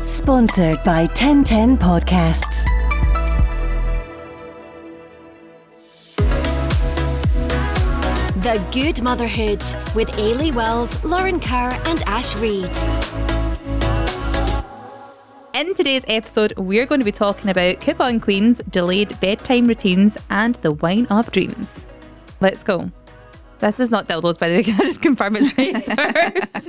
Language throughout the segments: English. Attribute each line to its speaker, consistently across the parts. Speaker 1: Sponsored by 1010 Podcasts.
Speaker 2: The Good Motherhood with Ailey Wells, Lauren Kerr, and Ash Reid.
Speaker 3: In today's episode, we're going to be talking about coupon queens, delayed bedtime routines, and the wine of dreams. Let's go. This is not dildos, by the way. Can I just confirm it's razors?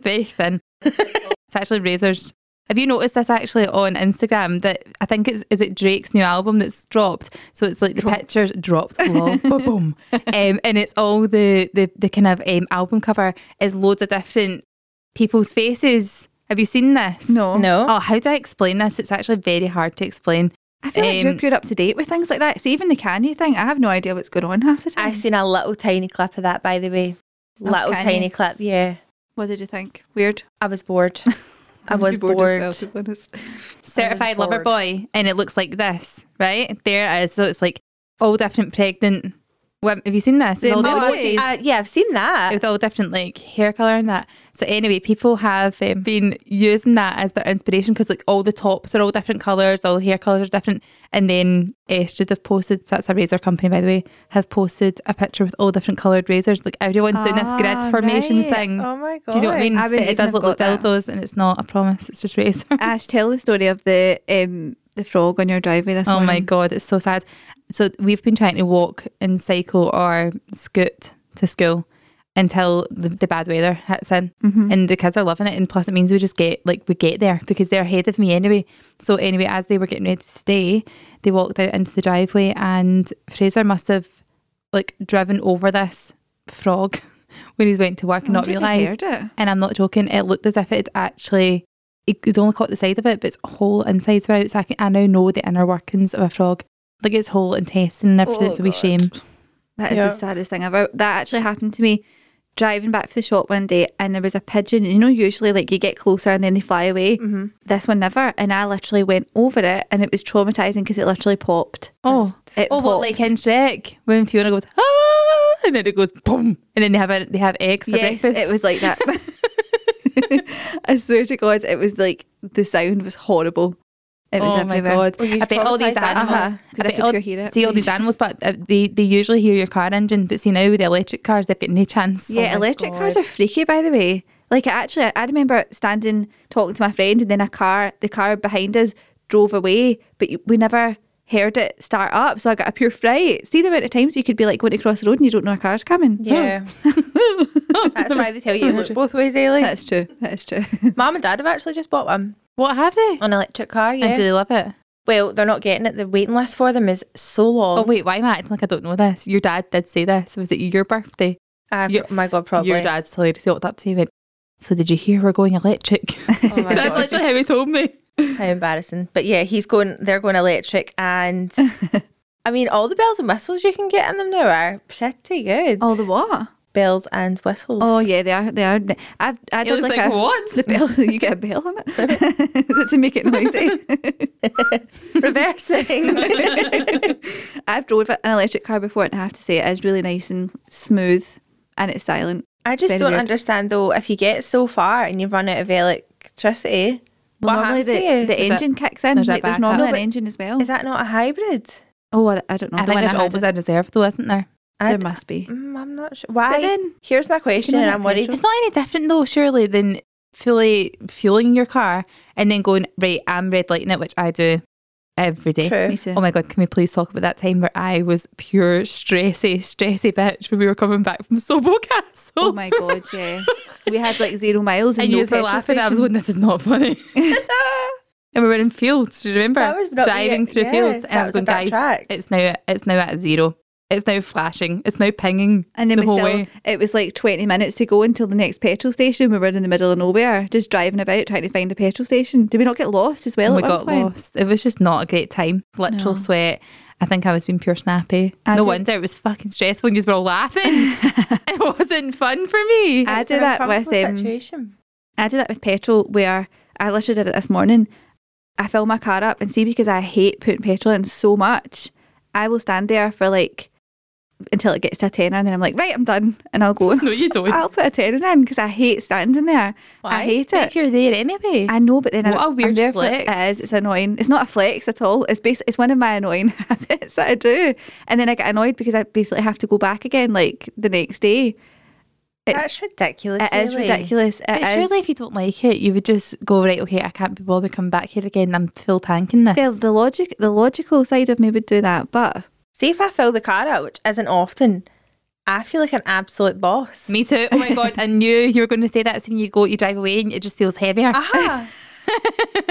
Speaker 3: Very thin. It's actually razors. Have you noticed this actually on Instagram? That I think it's is it Drake's new album that's dropped. So it's like the pictures dropped, lol, boom, um, and it's all the the, the kind of um, album cover is loads of different people's faces. Have you seen this?
Speaker 4: No.
Speaker 5: No.
Speaker 3: Oh, how do I explain this? It's actually very hard to explain.
Speaker 4: I feel like
Speaker 3: Um,
Speaker 4: you're pure up to date with things like that. See, even the Kanye thing, I have no idea what's going on half the time.
Speaker 5: I've seen a little tiny clip of that, by the way.
Speaker 3: Oh,
Speaker 5: Little
Speaker 4: Kanye.
Speaker 5: tiny clip, yeah.
Speaker 4: What did you think? Weird.
Speaker 5: I was bored. I was
Speaker 4: You'd be
Speaker 5: bored.
Speaker 4: as well, to be honest.
Speaker 3: Certified
Speaker 5: bored.
Speaker 3: lover boy, and it looks like this, right? There it is. So it's like all different pregnant. Women. Have you seen this? It's
Speaker 4: The
Speaker 3: all
Speaker 4: emoji.
Speaker 3: different faces.
Speaker 5: Uh, yeah, I've seen that.
Speaker 3: with all different like hair color and that. So anyway, people have um, been using that as their inspiration because like all the tops are all different colors, all the hair colors are different. And then Estrud have posted that's a razor company by the way have posted a picture with all different colored razors. Like everyone's doing this
Speaker 4: Ah,
Speaker 3: grid formation
Speaker 4: right.
Speaker 3: thing.
Speaker 5: Oh my god.
Speaker 3: Do you know what I mean?
Speaker 4: I
Speaker 3: But
Speaker 4: wouldn't
Speaker 3: it does
Speaker 4: even
Speaker 3: look
Speaker 4: have
Speaker 3: like
Speaker 4: got that. Ah,
Speaker 3: dildos, and it's not. I promise, it's just razors.
Speaker 4: Ash, tell the story of the um, the frog on your driveway this
Speaker 3: Oh my
Speaker 4: morning.
Speaker 3: god, it's so sad. So we've been trying to walk and cycle or scoot to school until the, the bad weather hits in,
Speaker 4: Mm-hmm.
Speaker 3: and the kids are loving it. And plus, it means we just get like we get there because they're ahead of me anyway. So anyway, as they were getting ready to stay, they walked out into the driveway, and Fraser must have like driven over this frog when he went to work and not
Speaker 4: wonder if I
Speaker 3: realised.
Speaker 4: heard it.
Speaker 3: And I'm not joking, it looked as if it had actually, it could only caught the side of it, but its whole insides were out. So I, can, I now know the inner workings of a frog. Like its whole intestine and everything.
Speaker 4: Oh,
Speaker 3: it's a wee
Speaker 4: God.
Speaker 3: shame.
Speaker 4: That is
Speaker 5: Yeah.
Speaker 4: the saddest thing ever. That actually happened to me driving back from the shop one day and there was a pigeon. You know, usually like you get closer and then they fly away. This one never. And I literally went over it and it was traumatizing because it literally popped.
Speaker 3: Oh,
Speaker 4: It
Speaker 3: oh, what,
Speaker 4: popped.
Speaker 3: like in Shrek when Fiona goes ah, and then it goes boom, and then they have a, they have eggs for
Speaker 4: yes,
Speaker 3: breakfast.
Speaker 4: it was like that. I swear to God, it was like the sound was horrible. It was
Speaker 3: oh my
Speaker 4: everywhere.
Speaker 3: god!
Speaker 5: Were you
Speaker 3: I bet all these
Speaker 5: traumatised at
Speaker 3: animals.
Speaker 4: Uh-huh, 'cause I
Speaker 3: bet
Speaker 4: could
Speaker 3: all-
Speaker 4: pure hear it.
Speaker 3: See all these animals, but uh, they they usually hear your car engine. But see now with the electric cars, they've got no chance.
Speaker 4: Yeah, electric cars are freaky, by the way. Like, I actually, I remember standing talking to my friend, and then a car, the car behind us, drove away, but we never heard it start up. So I got a pure fright. See the amount of times you could be like going across the road and you don't know a car's coming.
Speaker 5: Yeah. That's why they tell you look both ways, Ailey.
Speaker 4: That's true. That's true.
Speaker 5: Mum and Dad have actually just bought one.
Speaker 3: What have they?
Speaker 5: An electric car, yeah.
Speaker 3: And do they love it?
Speaker 5: Well, they're not getting it. The waiting list for them is so long.
Speaker 4: Um,
Speaker 3: Oh wait, why am I acting like I don't know this? Your dad did say this. Was it your birthday?
Speaker 5: Ah,
Speaker 3: your-
Speaker 5: oh my god, probably.
Speaker 3: Your dad's hilarious. He walked up to me and went, So did you hear we're going electric?
Speaker 5: Oh my
Speaker 3: That's
Speaker 5: god.
Speaker 3: literally how he told me.
Speaker 5: How embarrassing. But yeah, he's going, they're going electric. And I mean, all the bells and whistles you can get in them now are pretty good.
Speaker 4: All the what?
Speaker 5: bells and whistles.
Speaker 4: Oh yeah, they are. They are. I've
Speaker 3: He
Speaker 4: I did
Speaker 3: was
Speaker 4: like,
Speaker 3: like,
Speaker 4: a
Speaker 3: "What?"
Speaker 4: the bell. You get a bell on it to make it noisy.
Speaker 5: Reversing.
Speaker 4: I've drove an electric car before, and I have to say it is really nice and smooth, and it's silent.
Speaker 5: I just
Speaker 4: Very
Speaker 5: don't
Speaker 4: weird.
Speaker 5: understand though, if you get so far and you run out of electricity,
Speaker 4: Well,
Speaker 5: what
Speaker 4: normally
Speaker 5: happens to
Speaker 4: the,
Speaker 5: you?
Speaker 4: the
Speaker 3: Is
Speaker 4: engine kicks in.
Speaker 3: there's a
Speaker 4: like, there's
Speaker 3: backup.
Speaker 4: normally
Speaker 3: No,
Speaker 4: an
Speaker 5: but
Speaker 4: engine as well.
Speaker 5: Is that not a hybrid?
Speaker 4: oh, I, I don't know.
Speaker 3: I
Speaker 4: The
Speaker 3: think
Speaker 4: one
Speaker 3: there's
Speaker 4: had,
Speaker 3: always a reserve though, isn't there?
Speaker 5: I
Speaker 4: There
Speaker 5: d-
Speaker 4: must be.
Speaker 5: Mm, I'm not sure. Why?
Speaker 4: then-
Speaker 5: Here's my question,
Speaker 4: Can I
Speaker 5: and
Speaker 4: not
Speaker 5: I'm worried.
Speaker 4: petrol?
Speaker 3: It's not any different though, surely, than fully fueling your car and then going, Right, I'm red lighting it, which I do every day.
Speaker 5: True.
Speaker 4: Me too.
Speaker 3: Oh my god, can we please talk about that time where I was pure stressy, stressy bitch when we were coming back from Sobo Castle?
Speaker 4: Oh my god, yeah. We had like zero miles and,
Speaker 3: and
Speaker 4: no
Speaker 3: you were
Speaker 4: petrol
Speaker 3: laughing. I was
Speaker 4: station.
Speaker 3: going, "This is not funny." and we were in fields. Do you remember?
Speaker 5: That was not
Speaker 3: driving
Speaker 5: really-
Speaker 3: through
Speaker 5: yeah,
Speaker 3: fields, and
Speaker 5: that
Speaker 3: I was
Speaker 5: was a
Speaker 3: going,
Speaker 5: bad
Speaker 3: "Guys,
Speaker 5: track."
Speaker 3: it's now it's now at zero. It's now flashing. It's now pinging."
Speaker 4: And then
Speaker 3: the
Speaker 4: we
Speaker 3: whole
Speaker 4: still,
Speaker 3: way.
Speaker 4: it was like 20 minutes to go until the next petrol station. We were in the middle of nowhere, just driving about trying to find a petrol station. Did we not get lost as well?
Speaker 3: And we
Speaker 4: at one
Speaker 3: got
Speaker 4: point?
Speaker 3: lost. It was just not a great time. Literal sweat. I think I was being pure snappy.
Speaker 4: I
Speaker 3: no
Speaker 4: did-
Speaker 3: wonder it was fucking stressful. And you were all laughing. it wasn't fun for me.
Speaker 4: I
Speaker 5: It's
Speaker 4: do
Speaker 5: an
Speaker 4: that with
Speaker 5: uncomfortable
Speaker 4: um,
Speaker 5: situation.
Speaker 4: I do that with petrol where I literally did it this morning. I fill my car up and see because I hate putting petrol in so much, I will stand there for like until it gets to a tenner, and then I'm like, right, I'm done, and I'll go.
Speaker 3: No, you don't.
Speaker 4: I'll put a tenner in because I hate standing there. I hate it.
Speaker 3: Like you're there anyway.
Speaker 4: I know, but then
Speaker 3: What
Speaker 4: I,
Speaker 3: a weird
Speaker 4: I'm there for-
Speaker 3: flex.
Speaker 4: it is. It's annoying. It's not a flex at all. It's basi- It's one of my annoying habits that I do, and then I get annoyed because I basically have to go back again like the next day.
Speaker 5: That's ridiculous.
Speaker 4: It is
Speaker 5: Ailey.
Speaker 4: ridiculous. It
Speaker 3: but
Speaker 4: is.
Speaker 3: surely if you don't like it, you would just go right. Okay, I can't be bothered coming back here again. I'm full tanking this.
Speaker 4: Well, the logic, the logical side of me would do that, but
Speaker 5: See if I fill the car up, which isn't often. I feel like an absolute boss.
Speaker 3: Me too. Oh my god, I knew you were going to say that. So when you go, you drive away, and it just feels heavier.
Speaker 5: Aha.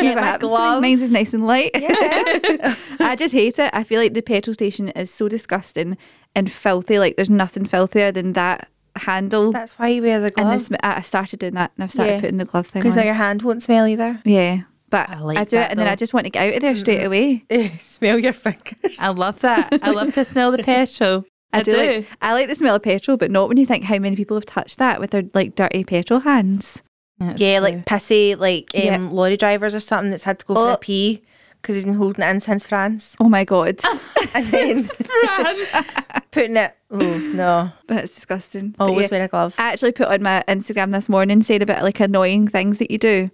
Speaker 4: never
Speaker 5: my
Speaker 4: happens to me.
Speaker 5: glove.
Speaker 4: Mine's is nice and light. I just hate it. I feel like the petrol station is so disgusting and filthy. Like there's nothing filthier than that handle.
Speaker 5: That's why you wear the
Speaker 4: and
Speaker 5: gloves.
Speaker 4: this, I started doing that, and I've started
Speaker 5: Yeah.
Speaker 4: putting the glove thing on.
Speaker 5: Because your hand won't smell either.
Speaker 4: yeah, but I,
Speaker 3: I like
Speaker 4: do it,
Speaker 3: that
Speaker 4: and then I
Speaker 3: though. Mm-hmm.
Speaker 4: just want to get out of there straight away.
Speaker 5: smell your fingers.
Speaker 3: I love that. I love to smell the petrol. I, do.
Speaker 4: Like, I like the smell of petrol, but not when you think how many people have touched that with their like dirty petrol hands.
Speaker 3: That's
Speaker 5: yeah,
Speaker 3: true.
Speaker 5: like pissy, like um,
Speaker 4: Yeah.
Speaker 5: lorry drivers or something that's had to go for
Speaker 4: Oh.
Speaker 5: a pee because he's been holding it in since France.
Speaker 4: Oh my god,
Speaker 3: Ah.
Speaker 5: And then putting it, oh no,
Speaker 4: that's disgusting. But
Speaker 5: always
Speaker 4: yeah.
Speaker 5: wear a glove.
Speaker 4: I actually put on my Instagram this morning saying about like annoying things that you do.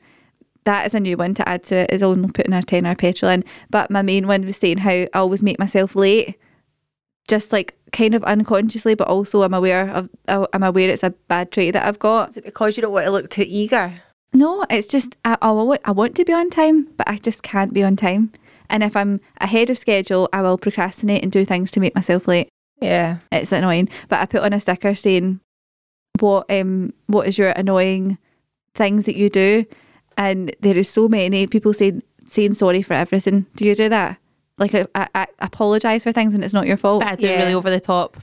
Speaker 4: That is a new one to add to it is only putting a ten hour petrol in. But my main one was saying how I always make myself late, just like kind of unconsciously, but also I'm aware of uh, I'm aware it's a bad trait that I've got.
Speaker 5: Is it because you don't want to look too eager?
Speaker 4: No, it's just I, I want I want to be on time, but I just can't be on time. And if I'm ahead of schedule, I will procrastinate and do things to make myself late.
Speaker 5: Yeah.
Speaker 4: It's annoying. But I put on a sticker saying, "What um what is your annoying things that you do?" And there is so many people saying saying sorry for everything. Do you do that? Like I, I, I apologize for things when it's not your fault.
Speaker 3: But I do it
Speaker 5: Yeah.
Speaker 3: really over the top.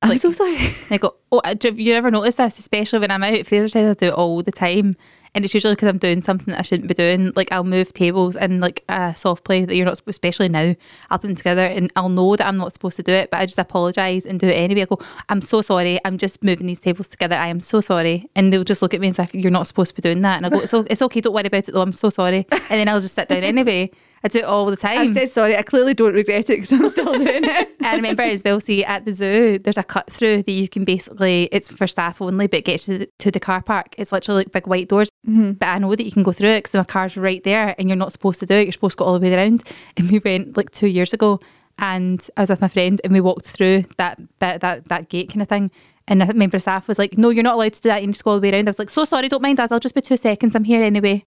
Speaker 4: I'm
Speaker 3: like-
Speaker 4: so sorry.
Speaker 3: And I go, oh, uh, do you ever notice this? Especially when I'm out, Fraser says I do it all the time. And it's usually because I'm doing something that I shouldn't be doing. Like I'll move tables and like a soft play that you're not, sp- especially now, I'll put them together and I'll know that I'm not supposed to do it, but I just apologise and do it anyway. I go, I'm so sorry. I'm just moving these tables together. I am so sorry. And they'll just look at me and say, you're not supposed to be doing that. And I go, it's, o- it's okay. Don't worry about it though. I'm so sorry. And then I'll just sit down anyway. I do it all the time.
Speaker 4: I've said sorry. I clearly don't regret it because I'm still doing it.
Speaker 3: I remember as well, see, at the zoo, there's a cut through that you can basically, it's for staff only, but it gets to the, to the car park. It's literally like big white doors. But I know that you can go through it because the car's right there and you're not supposed to do it. You're supposed to go all the way around. And we went like two years ago and I was with my friend and we walked through that bit, that, that gate kind of thing. And I remember staff was like, no, you're not allowed to do that. You need to go all the way around. I was like, so sorry, don't mind us. I'll just be two seconds. I'm here anyway.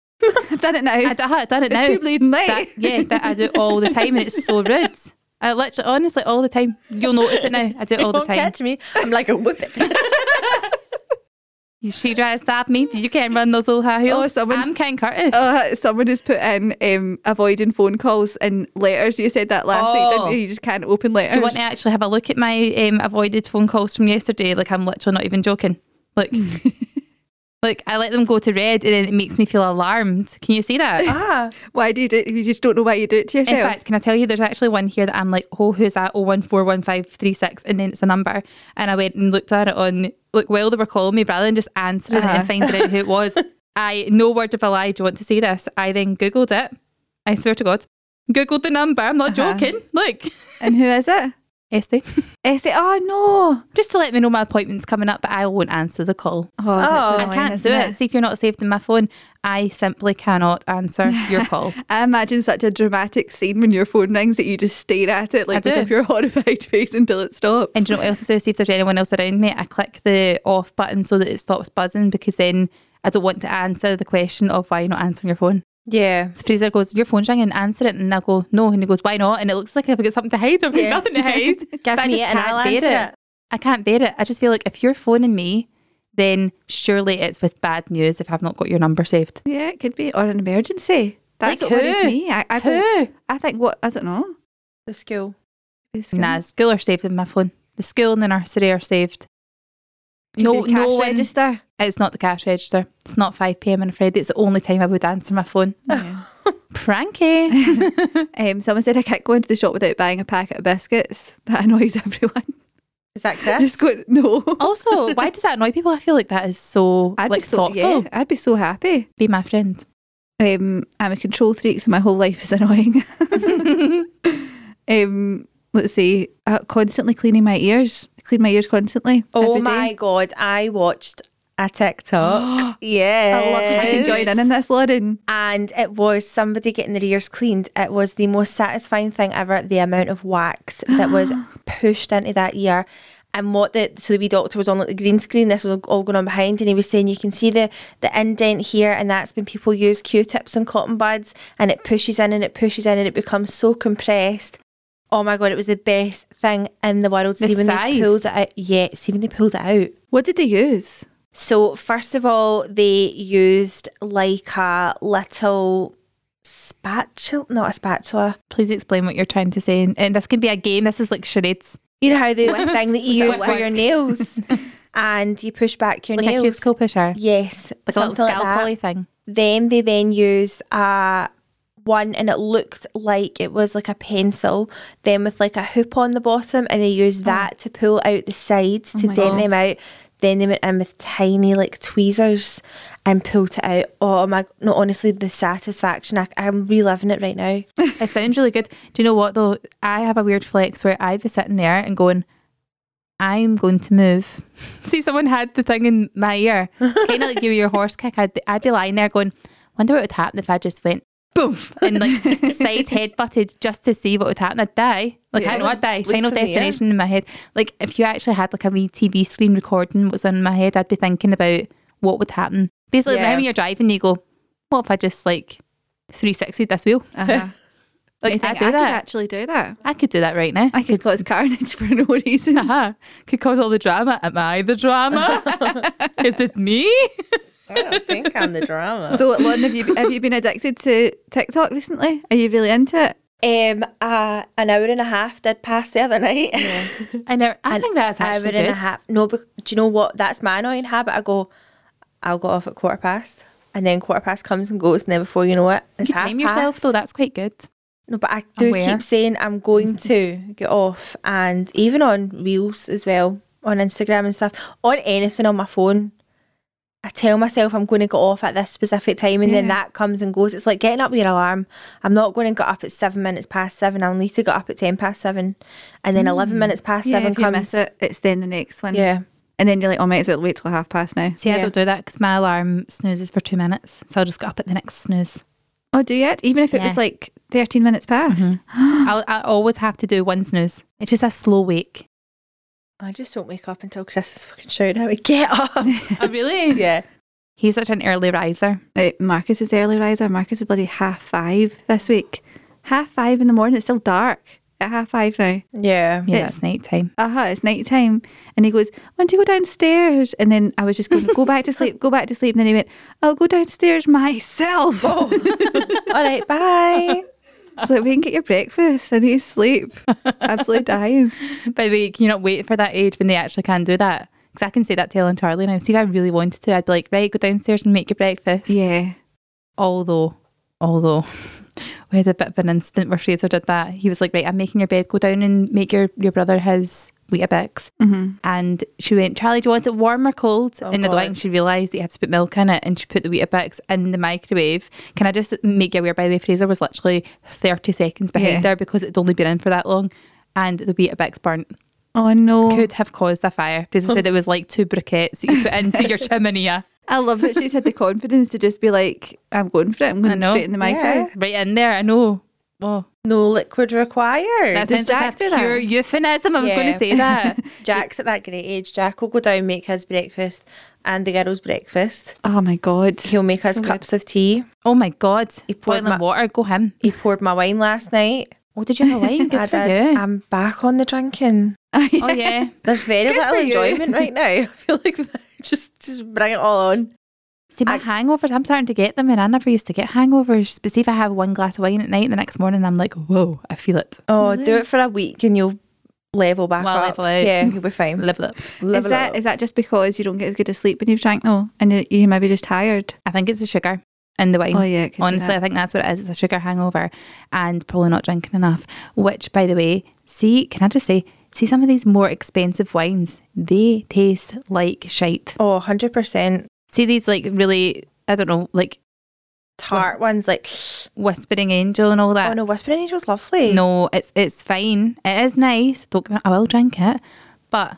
Speaker 4: I've done it now.
Speaker 3: I, d- I had done it
Speaker 4: it's
Speaker 3: now.
Speaker 4: too bleeding late.
Speaker 3: That, yeah, that I do all the time, and it's so rude. I literally, honestly, all the time. You'll notice it now. I do it all the
Speaker 5: Don't
Speaker 3: time.
Speaker 5: catch me. I'm like a whippet.
Speaker 3: She tried to stab me. You can't run those little high heels.
Speaker 4: Oh, someone-
Speaker 3: I'm Ken Curtis.
Speaker 4: Uh, someone has put in um, avoiding phone calls and letters. You said that last week,
Speaker 3: Oh.
Speaker 4: didn't you? You just can't open letters.
Speaker 3: do you want to actually have a look at my um, avoided phone calls from yesterday? Like I'm literally not even joking. Look, like I let them go to red, and then it makes me feel alarmed. Can you see that?
Speaker 5: ah,
Speaker 4: why do you do it? You just don't know why you do it to yourself.
Speaker 3: In fact, can I tell you, there's actually one here that I'm like, oh, who's that? 0141536. And then it's a number. And I went and looked at it on, like, while they were calling me, rather than just answering
Speaker 4: Uh-huh.
Speaker 3: it and finding out who it was. I, no word of a lie, do you want to see this? I then Googled it. I swear to God. Googled the number. I'm not
Speaker 4: Uh-huh.
Speaker 3: joking. Look,
Speaker 4: and who is it?
Speaker 3: Esty.
Speaker 4: Esty. Oh no.
Speaker 3: Just to let me know my appointment's coming up, but I won't answer the call.
Speaker 4: Oh, that's
Speaker 3: I
Speaker 4: annoying,
Speaker 3: can't
Speaker 4: isn't
Speaker 3: do it. See if you're not saved in my phone. I simply cannot answer your call.
Speaker 4: I imagine such a dramatic scene when your phone rings that you just stare at it like
Speaker 3: I
Speaker 4: with
Speaker 3: do.
Speaker 4: a pure horrified face until it stops.
Speaker 3: And do you know what else I do? See if there's anyone else around me. I click the off button so that it stops buzzing because then I don't want to answer the question of why you're not answering your phone.
Speaker 5: yeah.
Speaker 3: So Fraser goes, Your phone's ringing, answer it. And I go, No. And he goes, Why not? And it looks like I've got something to hide. I've got
Speaker 5: Yeah.
Speaker 3: nothing to hide.
Speaker 5: Give
Speaker 3: But I
Speaker 5: me
Speaker 3: just
Speaker 5: it and
Speaker 3: can't
Speaker 5: I'll
Speaker 3: bear
Speaker 5: answer
Speaker 3: it.
Speaker 5: it.
Speaker 3: I can't bear it. I just feel like if you're phoning me, then surely it's with bad news if I've not got your number saved.
Speaker 4: yeah, it could be or an emergency. That's
Speaker 3: Like
Speaker 4: what worries
Speaker 3: who?
Speaker 4: me. I, I, go,
Speaker 3: Who?
Speaker 4: I think what I don't know.
Speaker 5: The school.
Speaker 4: It's good.
Speaker 3: Nah, school are saved in my phone. The school and the nursery are saved.
Speaker 4: Could
Speaker 3: no,
Speaker 4: be the cash
Speaker 3: no one-
Speaker 4: register.
Speaker 3: It's not the cash register. It's not 5 pm on a Friday. It's the only time I would answer my phone.
Speaker 4: Yeah.
Speaker 3: Pranky.
Speaker 4: Um, someone said I can't go into the shop without buying a packet of biscuits. That annoys everyone.
Speaker 5: Is that correct?
Speaker 4: just go no.
Speaker 3: also, why does that annoy people? I feel like that is so Oh,
Speaker 4: I'd
Speaker 3: like
Speaker 4: be so
Speaker 3: thoughtful.
Speaker 4: yeah, I'd be so happy.
Speaker 3: Be my friend.
Speaker 4: Um, I'm a control freak, so my whole life is annoying. um, let's see, uh, constantly cleaning my ears. clean my ears constantly.
Speaker 5: Oh
Speaker 4: every
Speaker 5: my
Speaker 4: day.
Speaker 5: god, I watched a TikTok. yeah.
Speaker 4: I love that you can join in in this, Lauren.
Speaker 5: and it was somebody getting their ears cleaned. It was the most satisfying thing ever. The amount of wax that was pushed into that ear. And what the so the wee doctor was on like the green screen. This was all going on behind, and he was saying you can see the the indent here, and that's when people use Q-tips and cotton buds, and it pushes in and it pushes in, and it becomes so compressed. Oh my god, it was the best thing in the world.
Speaker 3: The
Speaker 5: see when
Speaker 3: size.
Speaker 5: they pulled it out, yeah. See when they pulled it out,
Speaker 4: What did they use?
Speaker 5: so first of all, they used like a little spatula, not a spatula.
Speaker 3: Please explain what you're trying to say. And- And this can be a game. This is like charades,
Speaker 5: You know how the thing that
Speaker 4: Was
Speaker 5: you use
Speaker 4: it a
Speaker 5: for your
Speaker 4: whisk?
Speaker 5: nails, and you push back your
Speaker 3: like a
Speaker 5: nails.
Speaker 3: cuticle pusher,
Speaker 5: Yes,
Speaker 3: like a little
Speaker 5: something like
Speaker 3: scalpel
Speaker 5: that.
Speaker 3: thing.
Speaker 5: Then they then used a one, and it looked like it was like a pencil. Then with like a hoop on the bottom, and they used that to pull out the sides to dent them out. Then they went in with tiny like tweezers and pulled it out. Oh my! No, honestly, the satisfaction. I, I'm reliving it right now.
Speaker 3: It sounds really good. Do you know what though? I have a weird flex where I'd be sitting there and going, I'm going to move. See, if someone had the thing in my ear, kind of like you with your horse kick. I'd be, I'd be lying there going, wonder what would happen if I just went boom and like side head butted just to see what would happen. I'd die. Like I know I'd die.
Speaker 5: Leap
Speaker 3: Final
Speaker 5: from the air.
Speaker 3: destination in my head. Like if you actually had like a wee TV screen recording what was on my head, I'd be thinking about what would happen. Basically,
Speaker 5: Yeah.
Speaker 3: now when you're driving, you go, what if I just like 360 this wheel?
Speaker 4: Uh-huh.
Speaker 3: Like I
Speaker 4: think
Speaker 3: do
Speaker 4: I
Speaker 3: that.
Speaker 4: could actually do that.
Speaker 3: I could do that right now.
Speaker 4: I could cause carnage for no reason.
Speaker 3: Uh-huh. Could cause all the drama. Am I the drama? Is it me?
Speaker 5: I don't think I'm the drama.
Speaker 4: So, Lauren, have you have you been addicted to TikTok recently? Are you really into it?
Speaker 5: Um, uh, an hour and a half did pass the other night.
Speaker 3: I know. I think that's
Speaker 5: hour
Speaker 3: actually
Speaker 5: and a
Speaker 3: good.
Speaker 5: half. No, but do you know what? That's my annoying habit. I go, I'll go off at quarter past, and then quarter past comes and goes, and then before you know it, it's
Speaker 3: You
Speaker 5: half
Speaker 3: time yourself,
Speaker 5: past.
Speaker 3: so that's quite good.
Speaker 5: No, but I do
Speaker 3: Aware.
Speaker 5: keep saying I'm going to get off, and even on reels as well, on Instagram and stuff, on anything on my phone. I tell myself I'm going to get off at this specific time, and then
Speaker 4: Yeah.
Speaker 5: that comes and goes. It's like getting up with your alarm. I'm not going to get up at seven minutes past seven. I'll need to get up at ten past seven, and then
Speaker 3: Mm.
Speaker 5: eleven minutes past seven
Speaker 4: if you
Speaker 5: comes.
Speaker 4: miss it, it's then the next one.
Speaker 5: Yeah,
Speaker 4: and then you're like, oh, might as well wait till half past now.
Speaker 3: See, I
Speaker 5: Yeah.
Speaker 3: don't do that because my alarm snoozes for two minutes, so I'll just get up at the next snooze.
Speaker 4: Oh, do you? Even if it
Speaker 3: Yeah.
Speaker 4: was like thirteen minutes past.
Speaker 5: Mm-hmm.
Speaker 3: I'll, I always have to do one snooze. It's just a slow wake.
Speaker 5: I just don't wake up until Chris is fucking shouting at me, get up.
Speaker 3: oh, really?
Speaker 5: yeah.
Speaker 3: He's such an early riser.
Speaker 4: Like, Marcus is the early riser. Marcus is bloody half five this week. Half five in the morning. It's still dark at half five now.
Speaker 5: Yeah.
Speaker 3: Yeah,
Speaker 4: It's-
Speaker 3: that's night time.
Speaker 4: Uh huh. It's night time, and he goes, "Want to go downstairs?" And then I was just going, "Go back to sleep. Go back to sleep." And then he went, "I'll go downstairs myself."
Speaker 5: All right, bye.
Speaker 4: I was like, "We can get your breakfast. I need to sleep. Absolutely dying."
Speaker 3: By the way, can you not wait for that age when they actually can do that? Because I can say that to Ellen Charlie now. See, if I really wanted to, I'd be like, right, go downstairs and make your breakfast.
Speaker 4: Yeah.
Speaker 3: although although we had a bit of an instant where Fraser did that. He was like, Right, I'm making your bed, go down and make your, your brother his Weetabix.
Speaker 4: Mhm.
Speaker 3: And she went, Charlie, do you want it warm or cold?
Speaker 5: Oh,
Speaker 3: and I don't
Speaker 5: God.
Speaker 3: think she realised that you have to put milk in it and she put the Weetabix in the microwave. Can I just make you aware, by the way, Fraser was literally 30 seconds behind
Speaker 4: Yeah.
Speaker 3: her because it'd only been in for that long. And the Weetabix burnt.
Speaker 4: Oh no.
Speaker 3: Could have caused a fire. Fraser said it was like two briquettes that you put into your chimney. uh,
Speaker 4: I love that she's had the confidence to just be like, "I'm going for it. I'm
Speaker 3: I
Speaker 4: going
Speaker 3: know.
Speaker 4: straight in the microwave."
Speaker 3: Right in there, I know. Oh,
Speaker 5: No liquid required.
Speaker 3: That
Speaker 4: Does
Speaker 3: sounds like
Speaker 4: Jack
Speaker 3: a
Speaker 4: do that?
Speaker 3: pure euphemism. I was going to
Speaker 5: Yeah.
Speaker 3: say that.
Speaker 5: Jack's at that great age. Jack will go down, make his breakfast and the girls' breakfast.
Speaker 4: Oh my god.
Speaker 5: He'll make us
Speaker 4: So good.
Speaker 5: cups of tea.
Speaker 3: oh my god!
Speaker 5: He poured
Speaker 3: Boiling
Speaker 5: my-
Speaker 3: water. Go him.
Speaker 5: He poured my wine last night.
Speaker 3: Oh, did Um, you have a wine? Good
Speaker 5: I
Speaker 3: for
Speaker 5: did.
Speaker 3: you.
Speaker 5: I'm back on the drinking.
Speaker 3: oh yeah.
Speaker 5: There's very
Speaker 4: Good
Speaker 5: little
Speaker 4: for you.
Speaker 5: enjoyment right now. I feel like just just bring it all on.
Speaker 3: See my
Speaker 5: I-
Speaker 3: hangovers. I'm starting to get them, and I never used to get hangovers. But see, if I have one glass of wine at night, the next morning I'm like, whoa, I feel it.
Speaker 5: Oh, do it for a week and you'll level back
Speaker 3: Well,
Speaker 5: up.
Speaker 3: level out.
Speaker 5: Yeah, you'll be fine.
Speaker 3: Level up.
Speaker 4: Is
Speaker 5: Level
Speaker 4: that
Speaker 5: up.
Speaker 4: is that just because you don't get as good a sleep when you've drank though, and you, you maybe just tired?
Speaker 3: I think it's the sugar in the wine.
Speaker 4: Oh yeah. it could be
Speaker 3: Honestly, I
Speaker 4: that.
Speaker 3: think that's what it is. It's a sugar hangover and probably not drinking enough. Which, by the way, see, can I just say, see some of these more expensive wines, they taste like shite.
Speaker 5: Oh, 100%.
Speaker 3: See these like really, I don't know, like
Speaker 5: Tart ones like
Speaker 3: Whispering Angel and all that.
Speaker 5: Oh no, Whispering Angel's lovely.
Speaker 3: No, it's it's fine. It is nice. Don't get me- I will drink it, but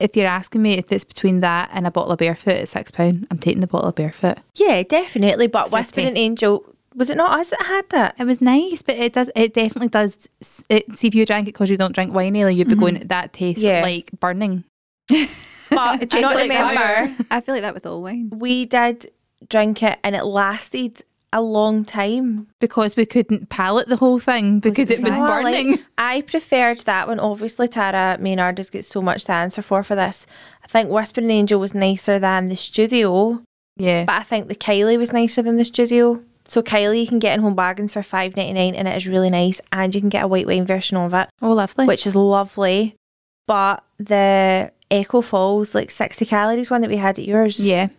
Speaker 3: if you're asking me if it's between that and a bottle of Barefoot at six pound, I'm taking the bottle of Barefoot.
Speaker 5: Yeah, definitely. But Whispering Angel, was it not us that had that?
Speaker 3: It was nice, but it does. It definitely does. s- It, see, if you drank it because you don't drink wine, Ailey, you'd be going. That tastes
Speaker 5: Mm-hmm. Yeah.
Speaker 3: like burning.
Speaker 5: But do you not
Speaker 4: I
Speaker 5: remember?
Speaker 4: remember. I feel like that with all wine.
Speaker 5: We did drink it and it lasted a long time.
Speaker 3: because we couldn't palate the whole thing because it was
Speaker 5: Oh, like,
Speaker 3: burning.
Speaker 5: I preferred that one. Obviously, Tara Maynard has got so much to answer for for this. I think Whispering Angel was nicer than the studio,
Speaker 3: yeah.
Speaker 5: but I think the Kylie was nicer than the studio. So Kylie you can get in home bargains for five ninety nine, and it is really nice, and you can get a white wine version of it,
Speaker 3: Oh, lovely.
Speaker 5: which is lovely. But the Echo Falls like sixty calories one that we had at yours,
Speaker 3: yeah,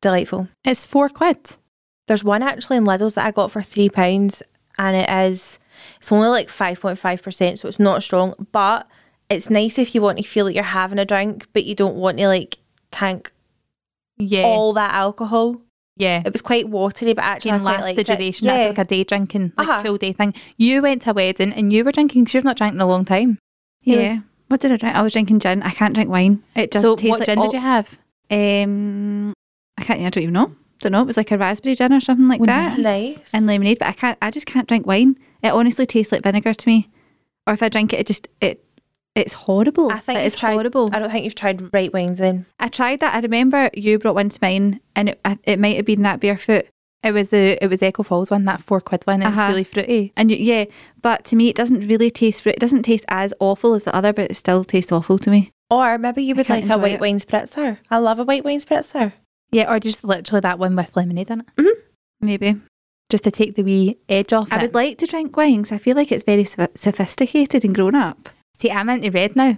Speaker 5: delightful.
Speaker 3: it's four quid.
Speaker 5: There's one actually in Lidl's that I got for three pounds, and it is it's only like five point five percent, so it's not strong, but it's nice if you want to feel like you're having a drink, but you don't want to like tank
Speaker 3: Yeah,
Speaker 5: all that alcohol.
Speaker 3: yeah.
Speaker 5: It was quite watery, but
Speaker 3: It
Speaker 5: actually I
Speaker 3: can
Speaker 5: quite
Speaker 3: last the
Speaker 5: liked it.
Speaker 3: duration.
Speaker 5: Yeah.
Speaker 3: That's like a day drinking, like
Speaker 5: Uh-huh.
Speaker 3: full day thing. You went to a wedding and you were drinking because you've not drank in a long time.
Speaker 4: Yeah. What did I drink? I was drinking gin. I can't drink wine. It just
Speaker 3: so
Speaker 4: tastes
Speaker 3: what
Speaker 4: like
Speaker 3: gin
Speaker 4: all-
Speaker 3: did you have?
Speaker 4: Um, I can't. I don't even know. Don't know. It was like a raspberry gin or something like
Speaker 3: Well,
Speaker 4: that,
Speaker 5: nice.
Speaker 4: and lemonade. But I can't. I just can't drink wine. It honestly tastes like vinegar to me. Or if I drink it, it just it. It's horrible.
Speaker 5: I think
Speaker 4: it
Speaker 5: you've
Speaker 4: is
Speaker 5: tried,
Speaker 4: horrible.
Speaker 5: I don't think you've tried right wings then.
Speaker 4: I tried that. I remember you brought one to mine, and it I- it might have been that barefoot.
Speaker 3: It was the it was Echo Falls one, that four quid one. It
Speaker 4: Uh-huh.
Speaker 3: was really fruity.
Speaker 4: And you, yeah, but to me, it doesn't really taste fruit. It doesn't taste as awful as the other, but it still tastes awful to me.
Speaker 5: Or maybe you would
Speaker 4: can't
Speaker 5: like a
Speaker 4: enjoy
Speaker 5: white
Speaker 4: it.
Speaker 5: wine spritzer. I love a white wine spritzer.
Speaker 3: Yeah, or just literally that one with lemonade in it,
Speaker 4: Maybe
Speaker 3: Mm. just to take the wee edge off.
Speaker 4: I
Speaker 3: it.
Speaker 4: would like to drink wine 'cause I feel like it's very soph- sophisticated and grown up.
Speaker 3: see. I'm into red now.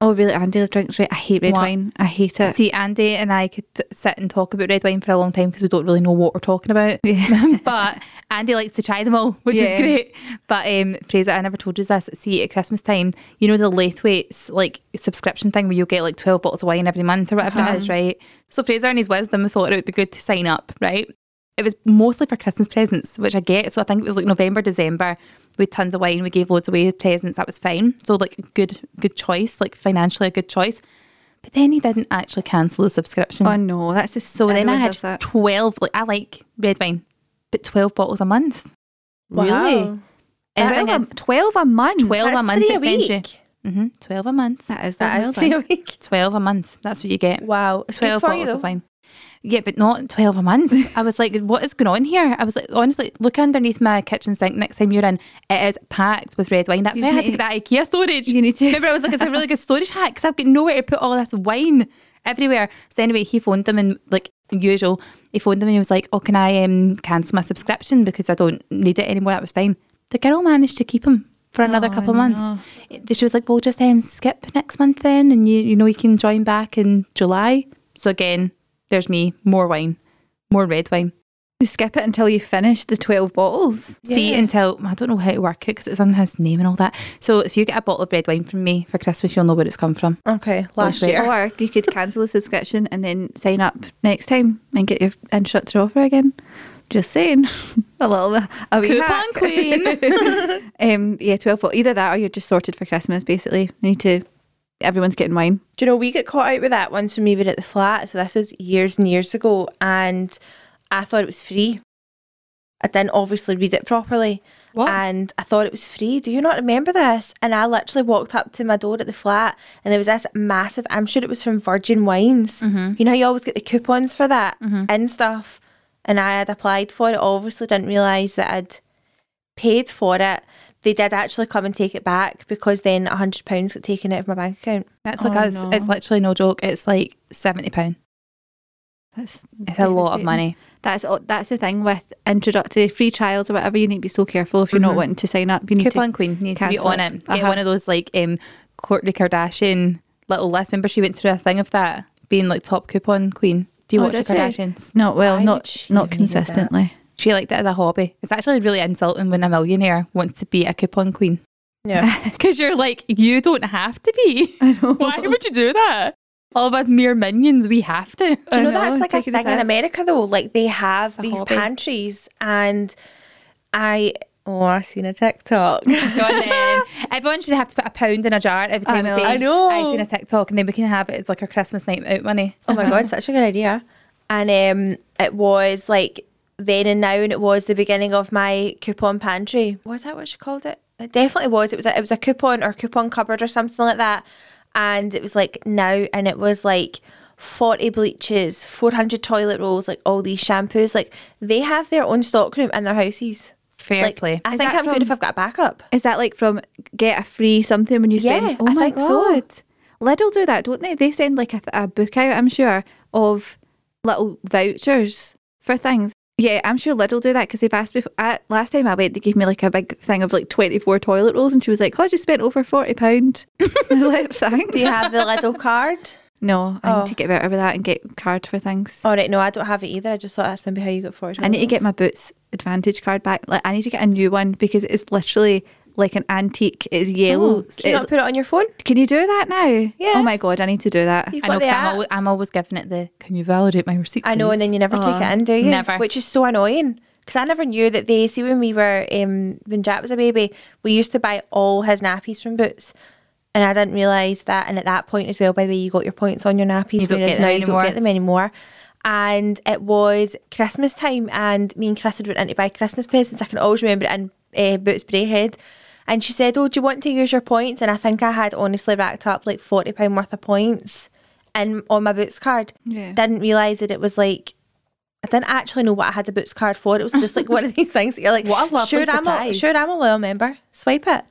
Speaker 4: Oh, really? Andy drinks red. I hate red
Speaker 3: What?
Speaker 4: wine. I hate it.
Speaker 3: See, Andy and I could sit and talk about red wine for a long time because we don't really know what we're talking about.
Speaker 4: Yeah.
Speaker 3: but Andy likes to try them all, which
Speaker 4: Yeah.
Speaker 3: is great. But um, Fraser, I never told you this. See, at Christmas time, you know the Laithwaite's like subscription thing where you'll get like twelve bottles of wine every month or whatever it is, right? So Fraser and his wisdom thought it would be good to sign up, right? It was mostly for Christmas presents, which I get. So I think it was like November, December. We had tons of wine. We gave loads away with presents. That was fine. So like good, good choice. Like financially a good choice. But then he didn't actually cancel the subscription.
Speaker 4: oh no, that's just
Speaker 3: So then I
Speaker 4: everyone
Speaker 3: had
Speaker 4: does that.
Speaker 3: 12, like I like red wine, but 12 bottles a month.
Speaker 5: Wow.
Speaker 3: And the
Speaker 4: Twelve
Speaker 3: thing
Speaker 4: a,
Speaker 3: is,
Speaker 4: twelve a month.
Speaker 3: 12
Speaker 5: That's
Speaker 3: a month
Speaker 5: three
Speaker 3: it
Speaker 5: a
Speaker 3: sends you.
Speaker 5: week.
Speaker 3: hmm 12 a month.
Speaker 4: That is
Speaker 5: That
Speaker 4: that's
Speaker 5: is three a week.
Speaker 3: 12 a month. That's what you get.
Speaker 5: Wow. It's
Speaker 3: 12
Speaker 5: good for you
Speaker 3: bottles
Speaker 5: though.
Speaker 3: of wine. Yeah, but not 12 a month. I was like, what is going on here? I was like, honestly, look underneath my kitchen sink next time you're in. It is packed with red wine. That's
Speaker 4: You
Speaker 3: why I had
Speaker 4: just
Speaker 3: to get that IKEA storage.
Speaker 4: You need to-
Speaker 3: Remember, I was like, it's a really good storage hack because I've got nowhere to put all this wine everywhere. So anyway, he phoned them and like usual, he phoned them and he was like, oh, can I um, cancel my subscription because I don't need it anymore? That was fine. The girl managed to keep him for another
Speaker 4: Oh,
Speaker 3: couple of
Speaker 4: no.
Speaker 3: months. It- She was like, "Well, just um, skip next month then, and you you know you can join back in July." So again, there's me, more wine, more red wine.
Speaker 4: You skip it until you finish the twelve bottles.
Speaker 3: See
Speaker 5: Yeah.
Speaker 3: until I don't know how to work it because it's on his name and all that. So if you get a bottle of red wine from me for Christmas, you'll know where it's come from.
Speaker 5: Okay. Last
Speaker 3: Lovely.
Speaker 5: year.
Speaker 4: Or you could cancel the subscription and then sign up next time and get your instructor offer again. Just saying, a little bit. A wee
Speaker 3: Coupon
Speaker 4: hack.
Speaker 3: queen.
Speaker 4: um, yeah, twelve bottles. Either that or you're just sorted for Christmas. Basically, you need to. Everyone's getting wine.
Speaker 5: Do you know we got caught out with that once when we were at the flat? So this is years and years ago, and I thought it was free. I didn't obviously read it properly,
Speaker 3: What?
Speaker 5: and I thought it was free. Do you not remember this? And I literally walked up to my door at the flat, and there was this massive. I'm sure it was from Virgin Wines. You know, how you always get the coupons for that and stuff. And I had applied for it. Obviously, didn't realise that I'd paid for it. They did actually come and take it back because then hundred pounds got taken out of my bank account.
Speaker 3: That's
Speaker 4: Oh,
Speaker 3: like us.
Speaker 4: no.
Speaker 3: It's literally no joke. It's like seventy pound.
Speaker 4: That's
Speaker 3: It's a lot of
Speaker 4: devastating.
Speaker 3: money.
Speaker 4: That's all- that's the thing with introductory free trials or whatever. You need to be so careful if you're
Speaker 5: Mm-hmm.
Speaker 4: not wanting to sign up. You need
Speaker 3: Coupon
Speaker 4: to.
Speaker 3: Queen needs to be
Speaker 4: cancel
Speaker 3: on
Speaker 4: it.
Speaker 3: it. Get
Speaker 4: Uh-huh.
Speaker 3: one of those like um Courtney Kardashian little list. Remember she went through a thing of that being like top coupon queen. Do you
Speaker 4: Oh,
Speaker 3: watch the
Speaker 4: did she?
Speaker 3: Kardashians?
Speaker 4: Not well,
Speaker 5: Why would
Speaker 4: not
Speaker 5: she
Speaker 4: not
Speaker 5: have needed that?
Speaker 4: consistently.
Speaker 3: She liked it as a hobby. It's actually really insulting when a millionaire wants to be a coupon queen
Speaker 5: Yeah.
Speaker 3: because you're like you don't have to be.
Speaker 4: I know.
Speaker 3: Why would you do that? All of us mere minions, we have to.
Speaker 5: Do you
Speaker 4: I know,
Speaker 5: know, that's like a
Speaker 4: taking the
Speaker 5: thing in
Speaker 4: piss.
Speaker 5: America though? Like they have
Speaker 3: a
Speaker 5: these
Speaker 3: hobby.
Speaker 5: pantries, and I Oh, I've seen a TikTok.
Speaker 3: Go on then. Everyone should have to put a pound in a jar every time
Speaker 4: know.
Speaker 3: we say,
Speaker 5: I know.
Speaker 3: I've seen a TikTok, and then we can have it as like our Christmas night out money.
Speaker 5: Oh my god, such a good idea. And um, it was like then and now, and it was the beginning of my coupon pantry. Was that what she called it? It definitely was. It was a, it was a coupon or coupon cupboard or something like that. And it was like now, and it was like forty bleaches, four hundred toilet rolls, like all these shampoos. Like they have their own stockroom in their houses.
Speaker 3: Fair
Speaker 5: Like
Speaker 3: play.
Speaker 5: I
Speaker 4: Is
Speaker 5: think
Speaker 4: that
Speaker 5: I'm good
Speaker 4: from-
Speaker 5: if I've got a backup.
Speaker 4: Is that like from get a free something when you spend?
Speaker 5: Yeah,
Speaker 4: oh
Speaker 5: I
Speaker 4: my
Speaker 5: think so.
Speaker 4: god, Lidl do that, don't they? They send like a, th- a book out, I'm sure, of little vouchers for things. Yeah, I'm sure Lidl do that because they've asked me. I, last time I went, they gave me like a big thing of like 24 toilet rolls, and she was like, "Oh, I just spent over 40 pound." I was like, "Thanks."
Speaker 5: Do you have the little card?
Speaker 4: No, I
Speaker 5: Oh.
Speaker 4: need to get better with that and get cards for things.
Speaker 5: All right, no, I don't have it either. I just thought that's maybe how you got forward.
Speaker 4: I need to get my Boots Advantage card back. Like, I need to get a new one because it's literally like an antique. It's yellow.
Speaker 5: Can you
Speaker 4: it's
Speaker 5: not put it on your phone?
Speaker 4: Can you do that now?
Speaker 5: Yeah.
Speaker 4: Oh my god, I need to do that.
Speaker 5: You've
Speaker 3: I
Speaker 5: got
Speaker 3: know
Speaker 5: the
Speaker 3: 'cause I'm,
Speaker 5: app.
Speaker 3: always, I'm always giving it the can you validate my receipt?
Speaker 5: I know, and then you never take it in, do you?
Speaker 3: never.
Speaker 5: Which is so annoying because I never knew that they see when we were um, when Jack was a baby, we used to buy all his nappies from Boots, and I didn't realise that. And at that point as well, by the way, you got your points on your nappies,
Speaker 3: You don't
Speaker 5: whereas
Speaker 3: get them
Speaker 5: now you don't
Speaker 3: anymore.
Speaker 5: get them anymore. And it was Christmas time, and me and Chris had went in to buy Christmas presents. I can always remember it in uh, Boots Brayhead. And she said, "Oh, do you want to use your points?" And I think I had honestly racked up like forty pound worth of points, and on my Boots card,
Speaker 4: Yeah.
Speaker 5: didn't realize that it was like I didn't actually know what I had the boots card for. It was just like one of these things that you're like,
Speaker 3: What a lovely
Speaker 5: sure, I'm a,
Speaker 3: surprise."
Speaker 5: sure I'm a loyal member. Swipe it.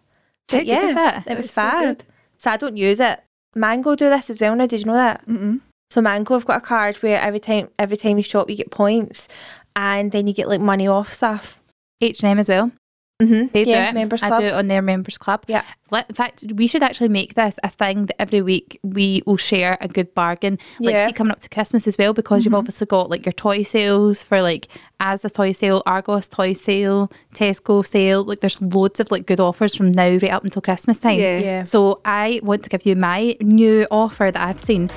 Speaker 3: How
Speaker 5: But
Speaker 3: good is that?
Speaker 5: It was,
Speaker 4: was so
Speaker 5: fab.
Speaker 4: good.
Speaker 5: So, I don't use it. Mango do this as well now. Did you know that?
Speaker 4: Mm-mm.
Speaker 5: So Mango have got a card where every time every time you shop, you get points, and then you get like money off stuff.
Speaker 3: H and M as well.
Speaker 5: Mm-hmm.
Speaker 3: They
Speaker 5: yeah,
Speaker 3: do it.
Speaker 5: members
Speaker 3: I
Speaker 5: club.
Speaker 3: do it on their members club.
Speaker 5: Yeah.
Speaker 3: Let- In fact, we should actually make this a thing that every week we will share a good bargain. Like
Speaker 5: Yeah. Mm-hmm.
Speaker 3: see coming up to Christmas as well, because you've obviously got like your toy sales for like Asda toy sale, Argos toy sale, Tesco sale. Like there's loads of like good offers from now right up until Christmas time.
Speaker 4: Yeah.
Speaker 5: Yeah.
Speaker 3: So I want to give you my new offer that I've seen.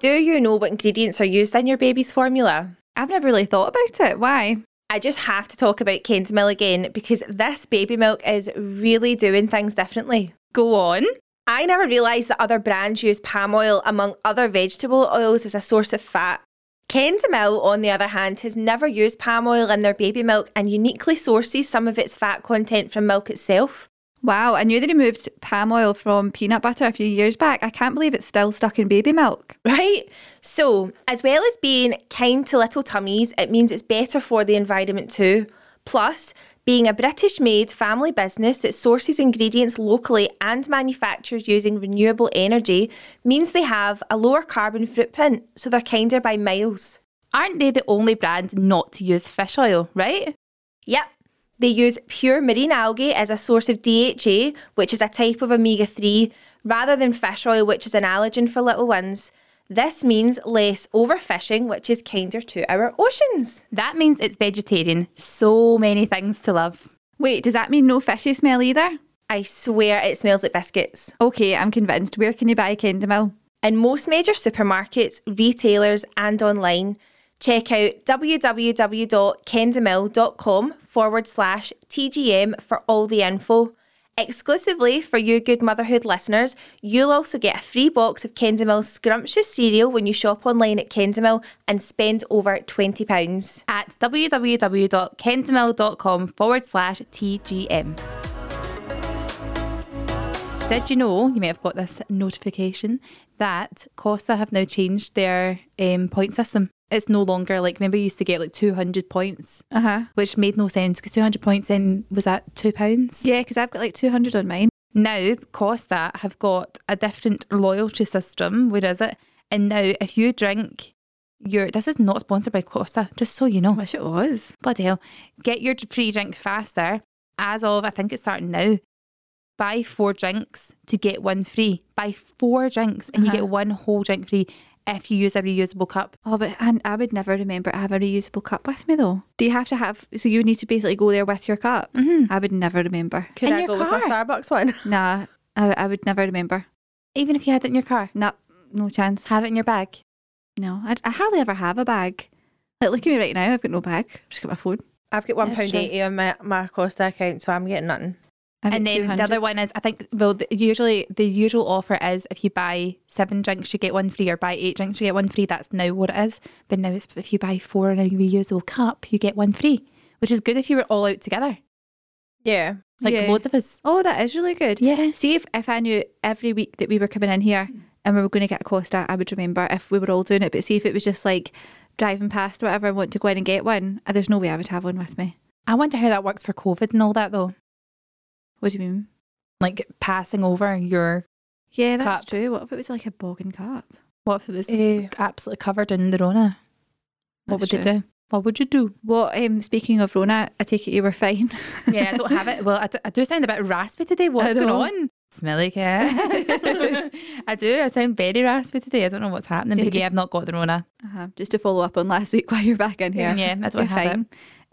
Speaker 5: Do you know what ingredients are used in your baby's formula?
Speaker 4: I've never really thought about it. Why?
Speaker 5: I just have to talk about Kendamil again because this baby milk is really doing things differently.
Speaker 3: Go on.
Speaker 5: I never realised that other brands use palm oil among other vegetable oils as a source of fat. Kendamil, on the other hand, has never used palm oil in their baby milk and uniquely sources some of its fat content from milk itself.
Speaker 4: Wow, I knew they removed palm oil from peanut butter a few years back. I can't believe it's still stuck in baby milk.
Speaker 5: Right? So, as well as being kind to little tummies, it means it's better for the environment too. Plus, being a British made family business that sources ingredients locally and manufactures using renewable energy means they have a lower carbon footprint, so they're kinder by miles.
Speaker 3: Aren't they the only brand not to use fish oil, right?
Speaker 5: Yep. They use pure marine algae as a source of DHA, which is a type of omega 3, rather than fish oil, which is an allergen for little ones. This means less overfishing, which is kinder to our oceans.
Speaker 3: That means it's vegetarian. So many things to love.
Speaker 4: Wait, does that mean no fishy smell either?
Speaker 5: I swear it smells like biscuits.
Speaker 4: Okay, I'm convinced. Where can you buy Kendamil?
Speaker 5: In most major supermarkets, retailers, and online, check out www.kendamil.com forward slash TGM for all the info. Exclusively for you Good Motherhood listeners, you'll also get a free box of Kendamil's scrumptious cereal when you shop online at Kendamil and spend over £20.
Speaker 3: at www.kendamil.com forward slash TGM. Did you know, you may have got this notification, that Costa have now changed their um, point system. It's no longer like, remember you used to get like 200 points,
Speaker 4: Uh huh.
Speaker 3: which made no sense because 200 points in, was that £2?
Speaker 4: Yeah, because I've got like 200 on mine.
Speaker 3: Now, Costa have got a different loyalty system. Where is it? And now, if you drink your, this is not sponsored by Costa, just so you know.
Speaker 4: wish it was.
Speaker 3: Bloody hell. Get your free drink faster. As of, I think it's starting now. Buy four drinks to get one free. Buy four drinks and
Speaker 4: Uh-huh.
Speaker 3: you get one whole drink free if you use a reusable cup.
Speaker 4: Oh, but and I would never remember to have a reusable cup with me though. Do you have to have? So you need to basically go there with your cup. Mm-hmm. I would never remember.
Speaker 5: Could
Speaker 3: In
Speaker 5: I
Speaker 3: your
Speaker 5: go with my Starbucks one?
Speaker 4: Nah, I, I would never remember.
Speaker 3: Even if you had it in your car,
Speaker 4: No, no chance.
Speaker 3: have it in your bag.
Speaker 4: No, I, I hardly ever have a bag. Like, look at me right now. I've got no bag. I've just got my phone.
Speaker 5: I've got one
Speaker 3: That's
Speaker 5: pound
Speaker 3: true.
Speaker 5: eighty on my, my Costa account, so I'm getting nothing.
Speaker 4: I've got
Speaker 3: and then the
Speaker 4: 200.
Speaker 3: other one is I think well the, usually the usual offer is if you buy seven drinks you get one free or buy eight drinks you get one free. That's now what it is. But now it's if you buy four in a reusable cup you get one free, which is good if you were all out together,
Speaker 5: Yeah.
Speaker 3: like
Speaker 4: Yeah.
Speaker 3: loads of us.
Speaker 4: Oh, that is really good.
Speaker 3: Yeah.
Speaker 4: See if, if I knew every week that we were coming in here and we were going to get a Costa, I would remember if we were all doing it. But see if it was just like driving past or whatever, I want to go in and get one. uh, There's no way I would have one with me.
Speaker 3: I wonder how that works for COVID and all that though.
Speaker 4: What do you mean?
Speaker 3: Like passing over your
Speaker 4: Yeah, that's
Speaker 3: Cup.
Speaker 4: true. What if it was like a bogging cup? Eh,
Speaker 3: what if it was
Speaker 5: Ew.
Speaker 3: absolutely covered in the Rona? What
Speaker 4: That's
Speaker 3: would you do? What would you do?
Speaker 4: What? Um, speaking of Rona, I take it you were fine.
Speaker 3: Yeah, I don't have it. Well, I d- I do sound a bit raspy today. What's going
Speaker 4: know.
Speaker 3: on? Smelly cat. I do. I sound very raspy today. I don't know what's happening.
Speaker 4: Yeah,
Speaker 3: but
Speaker 4: just-
Speaker 3: yeah, I've not got the Rona.
Speaker 4: uh-huh. Just to follow up on last week while you're back in here.
Speaker 3: Yeah, that's
Speaker 4: you're
Speaker 3: what I have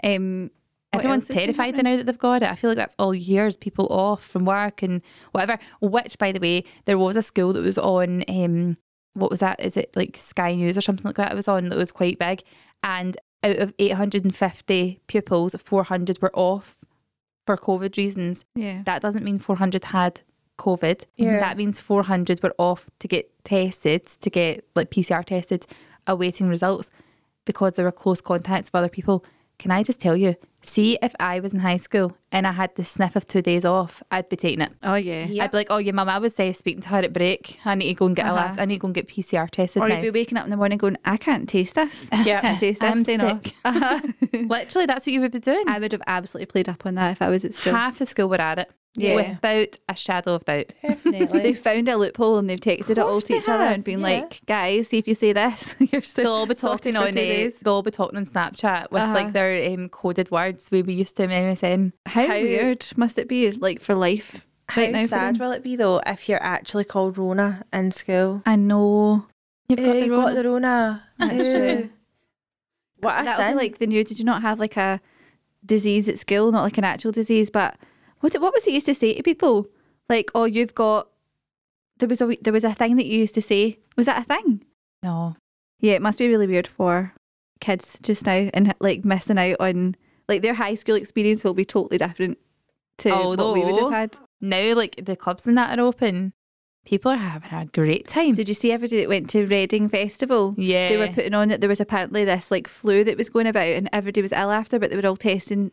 Speaker 4: fine. Um, what
Speaker 3: Everyone's
Speaker 4: else has been
Speaker 3: terrified
Speaker 4: happening?
Speaker 3: now that they've got it. I feel like that's all years people off from work and whatever. Which, by the way, there was a school that was on. Um, what was that? Is it like Sky News or something like that? It was on that was quite big, and out of 850 pupils, 400 were off for COVID reasons.
Speaker 4: Yeah.
Speaker 3: That doesn't mean 400 had COVID.
Speaker 5: Yeah.
Speaker 3: That means 400 were off to get tested, to get like PCR tested, awaiting results because they were close contacts of other people. Can I just tell you, see if I was in high school and I had the sniff of two days off, I'd be taking it.
Speaker 4: Oh yeah.
Speaker 5: Yeah.
Speaker 3: I'd be like, oh, yeah, mum, I was safe speaking to her at break. I need to go and get a lab. I need to go and get PCR tested
Speaker 4: Uh-huh. Or
Speaker 3: now.
Speaker 4: you'd be waking up in the morning going, I can't taste this.
Speaker 5: Yeah.
Speaker 4: Can't taste this.
Speaker 3: I'm
Speaker 4: stay off."
Speaker 3: sick.
Speaker 4: Uh-huh.
Speaker 3: Literally, that's what you would be doing.
Speaker 4: I would have absolutely played up on that if I was at school.
Speaker 3: Half the school were at it.
Speaker 4: Yeah.
Speaker 3: Without a shadow of doubt.
Speaker 4: They've
Speaker 5: Definitely.
Speaker 4: found a loophole and they've texted it all
Speaker 3: course
Speaker 4: to
Speaker 3: they
Speaker 4: each other
Speaker 3: have,
Speaker 4: and been
Speaker 5: yeah.
Speaker 4: like, guys, see if you say this, you're still
Speaker 3: They'll all be talking on uh,
Speaker 4: days.
Speaker 3: they'll all be talking on Snapchat with
Speaker 4: Uh-huh.
Speaker 3: like their um, coded words we were used to in MSN.
Speaker 4: How,
Speaker 5: How-
Speaker 4: weird must it be like for life
Speaker 5: How
Speaker 4: right now? for
Speaker 5: sad
Speaker 4: them?
Speaker 5: will it be though if you're actually called Rona in school?
Speaker 4: I know.
Speaker 3: You've
Speaker 5: Ew, you got the Rona.
Speaker 4: That's
Speaker 5: Ew.
Speaker 4: true.
Speaker 5: What a
Speaker 4: That'll be
Speaker 5: sin.
Speaker 4: like the new. Did you not have like a disease at school? Not like an actual disease, but what what was it used to say to people? Like, oh, you've got. There was a there was a thing that you used to say. Was that a thing?
Speaker 3: No.
Speaker 4: Yeah, it must be really weird for kids just now and like missing out on like their high school experience will be totally different to what we would
Speaker 3: Although-
Speaker 4: have had.
Speaker 3: Now, like the clubs and that are open, people are having a great time.
Speaker 4: Did you see everybody that went to Reading Festival?
Speaker 3: yeah.
Speaker 4: They were putting on that there was apparently this like flu that was going about and everybody was ill after, but they were all testing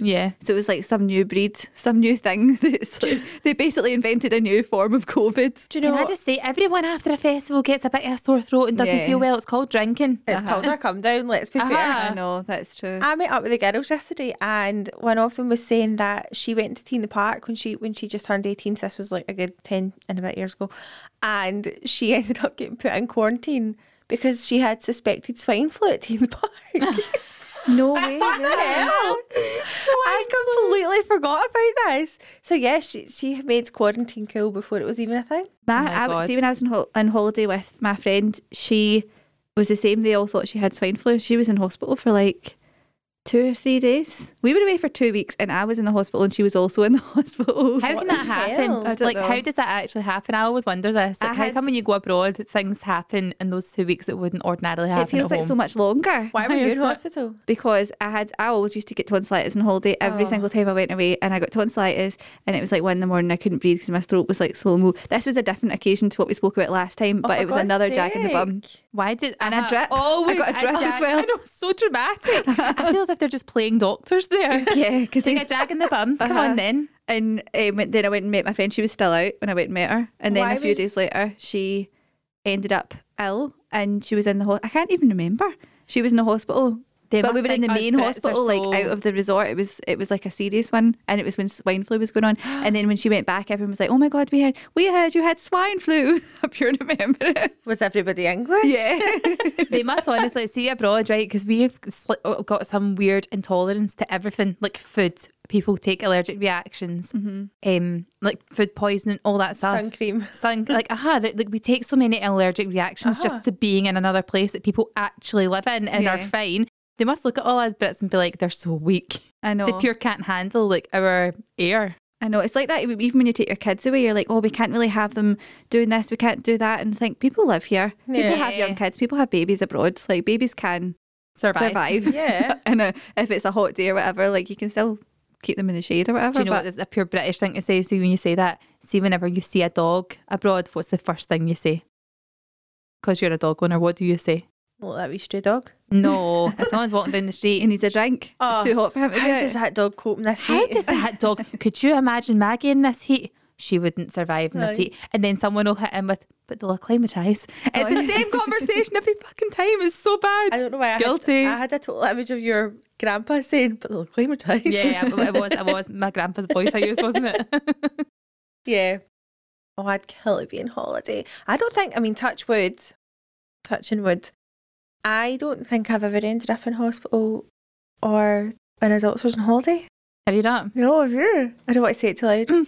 Speaker 3: yeah.
Speaker 4: So it was like some new breed, some new thing. That's like, they basically invented a new form of COVID.
Speaker 5: Do you know
Speaker 3: Can I
Speaker 5: what?
Speaker 3: just say, everyone after a festival gets a bit of a sore throat and doesn't
Speaker 4: Yeah.
Speaker 3: feel well. It's called drinking.
Speaker 5: It's
Speaker 4: uh-huh.
Speaker 5: called a come down, let's be fair.
Speaker 3: Uh-huh.
Speaker 4: I know that's true.
Speaker 5: I met up with the girls yesterday, and one of them was saying that she went to tea in the park when she when she just turned eighteen. So this was like a good ten and a bit years ago, and she ended up getting put in quarantine because she had suspected swine flu at tea in the park.
Speaker 4: No way.
Speaker 5: What the hell? I completely forgot about this. So yeah, she she made quarantine cool before it was even a thing.
Speaker 4: Oh My,
Speaker 3: my
Speaker 4: I would
Speaker 3: God.
Speaker 4: see when I was on, hol- on holiday with my friend, she was the same. They all thought she had swine flu. She was in hospital for like two or three days. We were away for two weeks, and I was in the hospital, and she was also in the hospital.
Speaker 3: How can
Speaker 5: What the
Speaker 3: that happen?
Speaker 5: hell?
Speaker 4: I don't
Speaker 3: Like,
Speaker 4: know.
Speaker 3: how does that actually happen? I always wonder this. Like,
Speaker 4: I
Speaker 3: how
Speaker 4: had-
Speaker 3: come when you go abroad, things happen in those two weeks that wouldn't ordinarily happen?
Speaker 4: It feels
Speaker 3: at
Speaker 4: like so
Speaker 3: home?
Speaker 4: much longer.
Speaker 5: Why were you
Speaker 3: is
Speaker 5: in
Speaker 3: that?
Speaker 5: hospital? Oh,
Speaker 4: because I had I always used to get tonsillitis on holiday every single time I went away, and I got tonsillitis, and it was like one in the morning I couldn't breathe because my throat was like swollen. Well, This was a different occasion to what we spoke about last time, but
Speaker 5: Oh, for
Speaker 4: it was
Speaker 5: God's
Speaker 4: another Jack in the Bum.
Speaker 5: sake.
Speaker 3: Why did
Speaker 4: And
Speaker 3: I
Speaker 4: a
Speaker 3: ha-
Speaker 4: drip. I
Speaker 3: Uh-huh. Always
Speaker 4: got a drip as
Speaker 3: Jack-
Speaker 4: well.
Speaker 3: I know, it's so dramatic. I feel as if they're just playing doctors there.
Speaker 4: Yeah, because
Speaker 3: Take a jag in the bum. Come
Speaker 4: Uh-huh.
Speaker 3: on then.
Speaker 4: and um, then I went and met my friend. She was still out when I went and met her, and then
Speaker 5: Why
Speaker 4: a few
Speaker 5: was-
Speaker 4: days later she ended up ill, and she was in the ho- I can't even remember. She was in the hospital.
Speaker 3: They
Speaker 4: but we
Speaker 3: must
Speaker 4: were in
Speaker 3: think
Speaker 4: the
Speaker 3: us
Speaker 4: main
Speaker 3: Brits are
Speaker 4: hospital,
Speaker 3: so-
Speaker 4: like out of the resort. It was it was like a serious one, and it was when swine flu was going on. And then when she went back, everyone was like, "Oh my god, we heard we heard you had swine flu." I pure remember it.
Speaker 5: Was everybody English?
Speaker 4: Yeah,
Speaker 3: They must honestly see abroad, right? Because we've sl- oh, got some weird intolerance to everything, like food. People take allergic reactions,
Speaker 4: Mm-hmm.
Speaker 3: um, like food poisoning, all that stuff.
Speaker 5: Sun cream.
Speaker 3: Sun, like, aha, that- like we take so many allergic reactions just to being in another place that people actually live in and are
Speaker 4: Uh-huh. Yeah.
Speaker 3: fine. They must look at all us Brits and be like, they're so weak.
Speaker 4: I know.
Speaker 3: They pure can't handle like our air.
Speaker 4: I know. It's like that e-, even when you take your kids away, you're like, oh, we can't really have them doing this, we can't do that. And I think people live here. People have
Speaker 3: Yeah.
Speaker 4: young kids, people have babies abroad. Like, babies can
Speaker 3: survive.
Speaker 4: survive.
Speaker 5: Yeah.
Speaker 4: and uh, if it's a hot day or whatever, like you can still keep them in the shade or whatever.
Speaker 3: Do you know
Speaker 4: but
Speaker 3: what? This is a pure British thing to say. See, when you say that, see, whenever you see a dog abroad, what's the first thing you say? Because you're a dog owner, what do you say?
Speaker 5: Well, that wee stray dog.
Speaker 3: No, if someone's walking down the
Speaker 4: he
Speaker 3: street,
Speaker 4: needs a drink.
Speaker 5: Oh,
Speaker 4: it's too hot for him to
Speaker 5: How
Speaker 4: be out.
Speaker 5: does that dog cope in this
Speaker 3: how
Speaker 5: heat?
Speaker 3: does that dog? Could you imagine Maggie in this heat? She wouldn't survive in this
Speaker 5: Right.
Speaker 3: heat. And then someone will hit him with, but they'll acclimatise. It's the same conversation every fucking time. It's so bad.
Speaker 5: I don't know why. I had-
Speaker 3: Guilty.
Speaker 5: I had a total image of your grandpa saying, "But they'll acclimatise."
Speaker 3: yeah, yeah, it was. It was my grandpa's voice I used, wasn't it?
Speaker 5: yeah. Oh, I'd kill it being holiday. I don't think. I mean, touch wood, touching wood. I don't think I've ever ended up in hospital or in a doctor's on holiday.
Speaker 3: Have you not?
Speaker 5: No, have you? Mm. I don't want to say it too loud.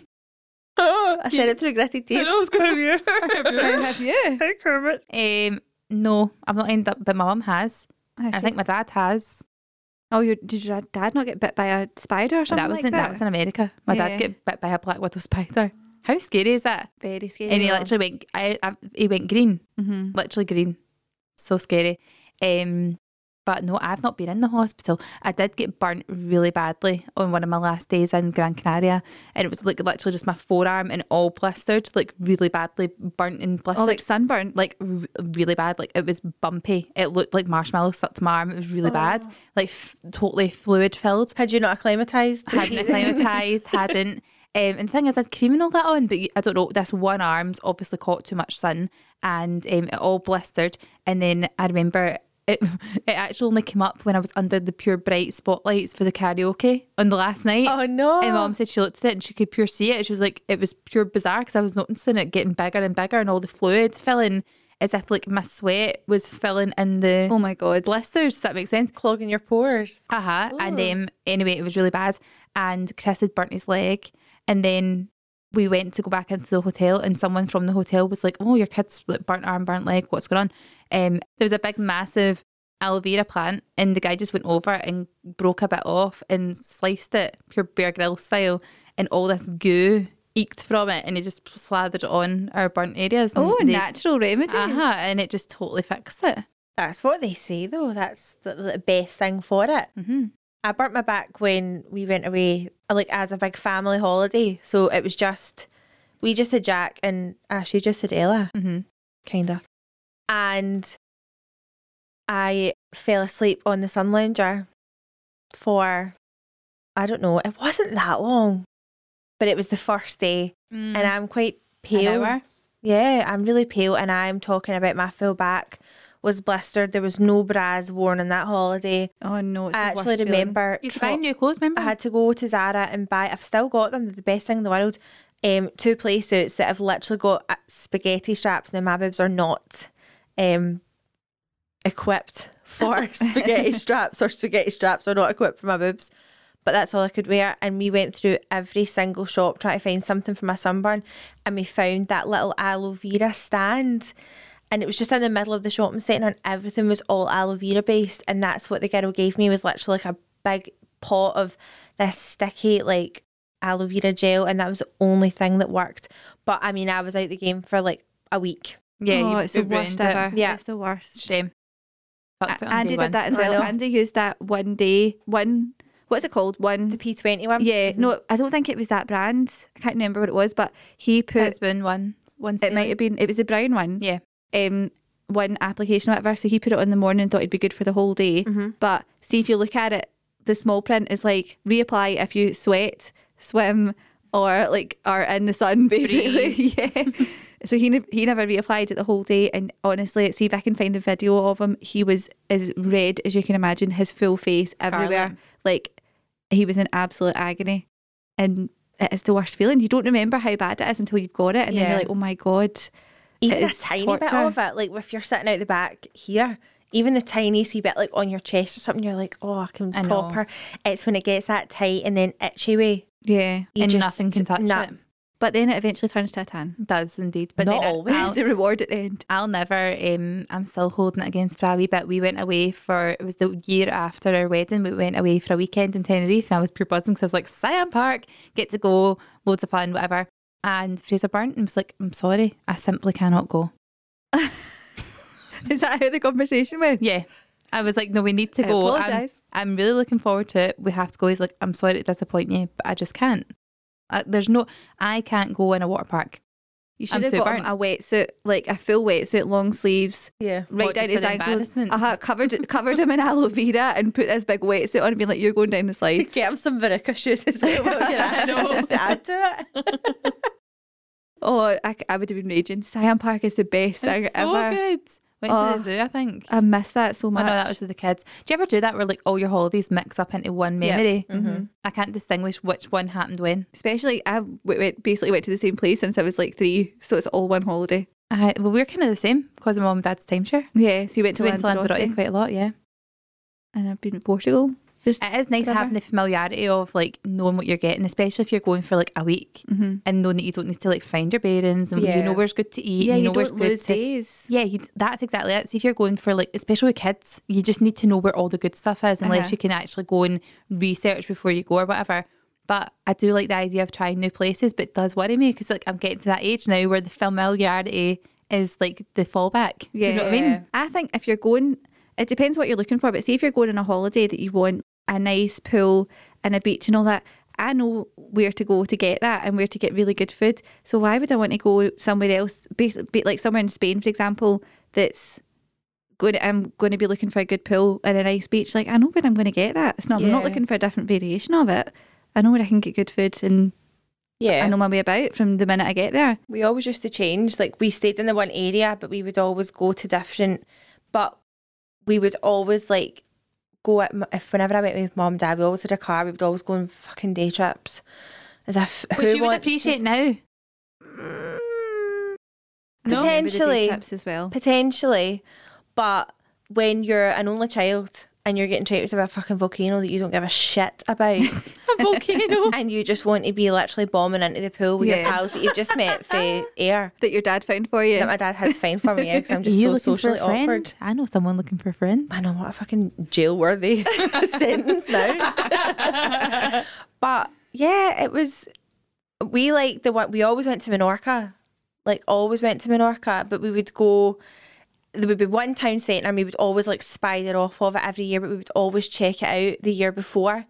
Speaker 5: oh, I said it through gritted teeth.
Speaker 3: know, I was gonna-
Speaker 4: How have you?
Speaker 5: Hey, Kermit.
Speaker 3: Um, no, I've not ended up, but my mum has.
Speaker 4: Has
Speaker 3: I
Speaker 4: she?
Speaker 3: think my dad has.
Speaker 4: Oh, your, did your dad not get bit by a spider or something
Speaker 3: that was
Speaker 4: like
Speaker 3: in,
Speaker 4: that?
Speaker 3: that was in America. My
Speaker 4: Yeah.
Speaker 3: dad got bit by a black widow spider. How scary is that?
Speaker 4: Very scary.
Speaker 3: And he literally went. I, I, he went green,
Speaker 4: hmm
Speaker 3: literally green. So scary. Um, but no, I've not been in the hospital. I did get burnt really badly on one of my last days in Gran Canaria, and it was like literally just my forearm and all blistered, like really badly burnt and blistered.
Speaker 4: Oh, like sunburn.
Speaker 3: like r- really bad. Like it was bumpy. It looked like marshmallow stuck to my arm. It was really bad. Like f- totally fluid filled.
Speaker 5: Had you not acclimatised?
Speaker 3: Hadn't acclimatized. hadn't. Um, and the thing is, I had cream and all that on, but you, I don't know. This one arm's obviously caught too much sun, and um, it all blistered. And then I remember it. It actually only came up when I was under the pure bright spotlights for the karaoke on the last night.
Speaker 5: Oh, no.
Speaker 3: And mom said she looked at it and she could pure see it. and She was like, it was pure bizarre because I was noticing it getting bigger and bigger, and all the fluid filling as if like my sweat was filling in the
Speaker 4: Oh my god.
Speaker 3: blisters. Does that make sense?
Speaker 5: Clogging your pores.
Speaker 3: Uh huh. And um, anyway, it was really bad. And Chris had burnt his leg. And then we went to go back into the hotel, and someone from the hotel was like, "Oh, your kid's like, burnt arm, burnt leg. What's going on?" Um, there was a big, massive aloe vera plant, and the guy just went over and broke a bit off and sliced it, pure Bear grill style, and all this goo eked from it, and it just slathered it on our burnt areas.
Speaker 4: Oh,
Speaker 3: and
Speaker 4: natural remedies.
Speaker 3: Uh huh. And it just totally fixed it.
Speaker 5: That's what they say, though. That's the, the best thing for it.
Speaker 3: Mm-hmm.
Speaker 5: I burnt my back when we went away, uh, like as a big family holiday. So it was just, we just had Jack and Ashley just had Ella,
Speaker 3: Mm-hmm.
Speaker 5: kind of. And I fell asleep on the sun lounger for, I don't know, it wasn't that long, but it was the first day.
Speaker 4: Mm.
Speaker 5: And I'm quite pale. Yeah, I'm really pale, and I'm talking about my full back was blistered. There was no bras worn on that holiday.
Speaker 4: Oh no. It's
Speaker 5: I
Speaker 4: the worst
Speaker 5: actually
Speaker 4: feeling.
Speaker 5: remember
Speaker 3: You could
Speaker 5: tro-
Speaker 3: buy new clothes, remember?
Speaker 5: I had to go to Zara and buy. I've still got them. They're the best thing in the world. Um, two play suits that have literally got uh, spaghetti straps. Now my boobs are not um, equipped for spaghetti straps, or spaghetti straps are not equipped for my boobs. But that's all I could wear. And we went through every single shop trying to find something for my sunburn, and we found that little aloe vera stand. And it was just in the middle of the shopping centre, and everything was all aloe vera based. And that's what the girl gave me was literally like a big pot of this sticky like aloe vera gel, and that was the only thing that worked. But I mean, I was out the game for like a week.
Speaker 3: yeah,
Speaker 4: oh,
Speaker 3: you,
Speaker 4: it's the
Speaker 3: you ruined
Speaker 4: worst
Speaker 3: it.
Speaker 4: ever.
Speaker 5: Yeah.
Speaker 4: It's the worst.
Speaker 3: Shame. Fucked it on
Speaker 4: Andy
Speaker 3: day
Speaker 4: did
Speaker 3: one.
Speaker 4: that as
Speaker 5: I
Speaker 4: well.
Speaker 5: know.
Speaker 4: Andy used that one day, one, what's it called? One.
Speaker 5: The P twenty one.
Speaker 4: yeah,
Speaker 3: Mm-hmm.
Speaker 4: no, I don't think it was that brand. I can't remember what it was, but he put,
Speaker 3: It's been one. one
Speaker 4: it might have been, it was the brown one,
Speaker 3: Yeah.
Speaker 4: um, one application or whatever. So he put it on in the morning and thought it'd be good for the whole day.
Speaker 5: Mm-hmm.
Speaker 4: But see, if you look at it, the small print is like reapply if you sweat, swim, or like are in the sun, basically. yeah. So he, ne- he never reapplied it the whole day. And honestly, see if I can find a video of him. He was as red as you can imagine, his full face everywhere.
Speaker 3: Scarlet.
Speaker 4: Like he was in absolute agony. And it's the worst feeling. You don't remember how bad it is until you've got it. And then
Speaker 5: Yeah.
Speaker 4: you're like, oh my God.
Speaker 5: even
Speaker 4: It
Speaker 5: a
Speaker 4: is
Speaker 5: tiny bit
Speaker 4: torture.
Speaker 5: of it, like if you're sitting out the back here, even the tiniest wee bit, like on your chest or something, you're like, oh, I can
Speaker 3: I know.
Speaker 5: proper. It's when it gets that tight and then itchy way.
Speaker 4: Yeah.
Speaker 5: You
Speaker 3: and
Speaker 5: just-
Speaker 3: nothing can touch
Speaker 5: nah.
Speaker 3: it.
Speaker 4: But then it eventually turns to a tan.
Speaker 3: It Does indeed. But
Speaker 5: Not
Speaker 3: then I-
Speaker 5: always.
Speaker 3: I'll-
Speaker 4: the reward at the end.
Speaker 3: I'll never. Um, I'm still holding it against for a wee bit. We went away for it was the year after our wedding. We went away for a weekend in Tenerife, and I was pure buzzing because I was like, Siam Park, get to go, loads of fun, whatever. And Fraser burnt and was like, I'm sorry, I simply cannot go.
Speaker 4: Is that how the conversation went?
Speaker 3: Yeah, I was like, no, we need to
Speaker 4: I
Speaker 3: go. I'm-
Speaker 4: apologise.
Speaker 3: I'm, really looking forward to it. We have to go. He's like, I'm sorry to disappoint you, but I just can't. I, there's no, I can't go in a water park.
Speaker 4: You
Speaker 3: I'm
Speaker 4: should have
Speaker 3: too
Speaker 4: got
Speaker 3: burnt.
Speaker 4: him a wetsuit, like a full wetsuit, long sleeves,
Speaker 5: Yeah.
Speaker 4: right
Speaker 3: What,
Speaker 4: down
Speaker 3: just
Speaker 4: his
Speaker 3: for the
Speaker 4: ankles.
Speaker 3: embarrassment?
Speaker 4: Uh-huh, covered covered him in aloe vera and put this big wetsuit on and be like, "You're going down the slides."
Speaker 5: Get him some Veruca shoes as well.
Speaker 3: I know.
Speaker 5: just to add to it.
Speaker 4: Oh, I, c- I would have been raging. Siam Park is the best thing
Speaker 3: It's so
Speaker 4: ever.
Speaker 3: good. Went to
Speaker 4: Oh.
Speaker 3: the zoo, I think.
Speaker 4: I miss that so
Speaker 3: I
Speaker 4: much.
Speaker 3: know that was with the kids. Do you ever do that where like all your holidays mix up into one
Speaker 4: Yeah.
Speaker 3: memory? Mm-hmm. I can't distinguish which one happened when.
Speaker 4: Especially, I w- went, basically went to the same place since I was like three, so it's all one holiday.
Speaker 3: I, well, we were kind of the same because of mum and dad's timeshare.
Speaker 4: Yeah, so you went
Speaker 3: So
Speaker 4: to
Speaker 3: we went to
Speaker 4: Lanzarote,
Speaker 3: Lanzarote quite a lot, yeah.
Speaker 4: and I've been to Portugal. Just
Speaker 3: It is nice
Speaker 4: Whatever.
Speaker 3: having the familiarity of like knowing what you're getting, especially if you're going for like a week
Speaker 4: Mhm.
Speaker 3: and knowing that you don't need to like find your bearings and you
Speaker 5: Yeah.
Speaker 3: know where's good to eat.
Speaker 4: yeah,
Speaker 3: you know
Speaker 4: you
Speaker 3: where's
Speaker 4: don't
Speaker 3: good
Speaker 4: lose
Speaker 3: to,
Speaker 4: days.
Speaker 3: Yeah, you, that's exactly it. See, if you're going for like, especially with kids, you just need to know where all the good stuff is, unless
Speaker 4: Uh-huh.
Speaker 3: you can actually go and research before you go or whatever. But I do like the idea of trying new places, but it does worry me because like I'm getting to that age now where the familiarity is like the fallback. Do you know what I mean?
Speaker 4: I think if you're going, it depends what you're looking for, but see if you're going on a holiday that you want a nice pool and a beach and all that, I know where to go to get that and where to get really good food. So why would I want to go somewhere else, basically, like somewhere in Spain, for example, that's going to, I'm going to be looking for a good pool and a nice beach? Like, I know where I'm going to get that. It's not, I'm not
Speaker 5: Yeah.
Speaker 4: looking for a different variation of it. I know where I can get good food and
Speaker 5: Yeah.
Speaker 4: I know my way about from the minute I get there.
Speaker 5: We always used to change. Like we stayed in the one area, but we would always go to different. But we would always like go at m- if whenever I went with mom and dad, we always had a car. We would always go on fucking day trips. As if
Speaker 3: Which
Speaker 5: who
Speaker 3: you would
Speaker 5: wants to-
Speaker 3: appreciate now.
Speaker 4: Mm. I
Speaker 3: No.
Speaker 4: remember the day
Speaker 5: Potentially.
Speaker 4: trips as well.
Speaker 5: potentially, but when you're an only child and you're getting treated by a fucking volcano that you don't give a shit about,
Speaker 3: A volcano.
Speaker 5: and you just want to be literally bombing into the pool with your
Speaker 4: Yeah.
Speaker 5: pals that you've just met for air.
Speaker 4: That your dad found for you.
Speaker 5: That my dad has found for me because I'm just
Speaker 3: You
Speaker 5: so
Speaker 3: looking for a
Speaker 5: socially
Speaker 3: friend?
Speaker 5: awkward.
Speaker 3: I know someone looking for a friend.
Speaker 5: I know what a fucking jail worthy sentence now. but yeah, it was we like the one we always went to Menorca. Like always went to Menorca, but we would go there would be one town centre and we would always like spider off of it every year, but we would always check it out the year before.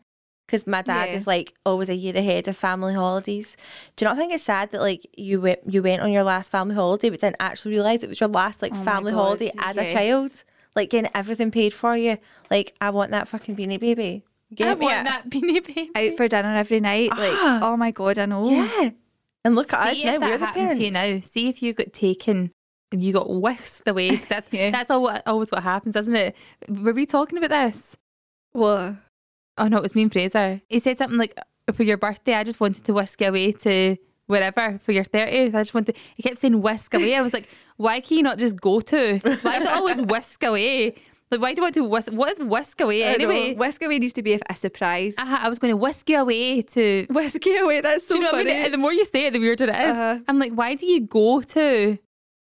Speaker 5: Because my dad
Speaker 4: Yeah.
Speaker 5: is like always a year ahead of family holidays. Do you not think it's sad that like you went you went on your last family holiday but didn't actually realise it was your last like
Speaker 4: Oh my
Speaker 5: family
Speaker 4: God,
Speaker 5: holiday as a
Speaker 4: yes.
Speaker 5: child? Like getting everything paid for you. Like I want that fucking beanie baby. Give
Speaker 3: I
Speaker 5: me
Speaker 3: want
Speaker 5: it.
Speaker 3: that beanie baby.
Speaker 4: out for dinner every night. Like,
Speaker 5: Ah.
Speaker 4: oh my god, I know.
Speaker 5: Yeah. And look at
Speaker 3: See
Speaker 5: us now.
Speaker 3: if that
Speaker 5: We're the
Speaker 3: happened
Speaker 5: parents.
Speaker 3: to you now. See if you got taken and you got whisked away. 'Cause That's
Speaker 4: Yeah.
Speaker 3: that's all what, always what happens, isn't it? Were we talking about this?
Speaker 4: What?
Speaker 3: Oh no, it was me and Fraser. He said something like, "Oh, "For your birthday, I just wanted to whisk you away to wherever for your 30th. I just wanted." He kept saying whisk away. I was like, "Why can you not just go to? Why is it always whisk away? Like, why do you want to whisk? What is whisk away anyway?"
Speaker 4: whisk away needs to be a, a surprise.
Speaker 3: I, ha- I was going to whisk you away to
Speaker 4: whisk you away. That's
Speaker 3: Ah.
Speaker 4: so
Speaker 3: do you know
Speaker 4: funny.
Speaker 3: what I mean? The more you say it, the weirder it is.
Speaker 4: Uh-huh.
Speaker 3: I'm like, why do you go to?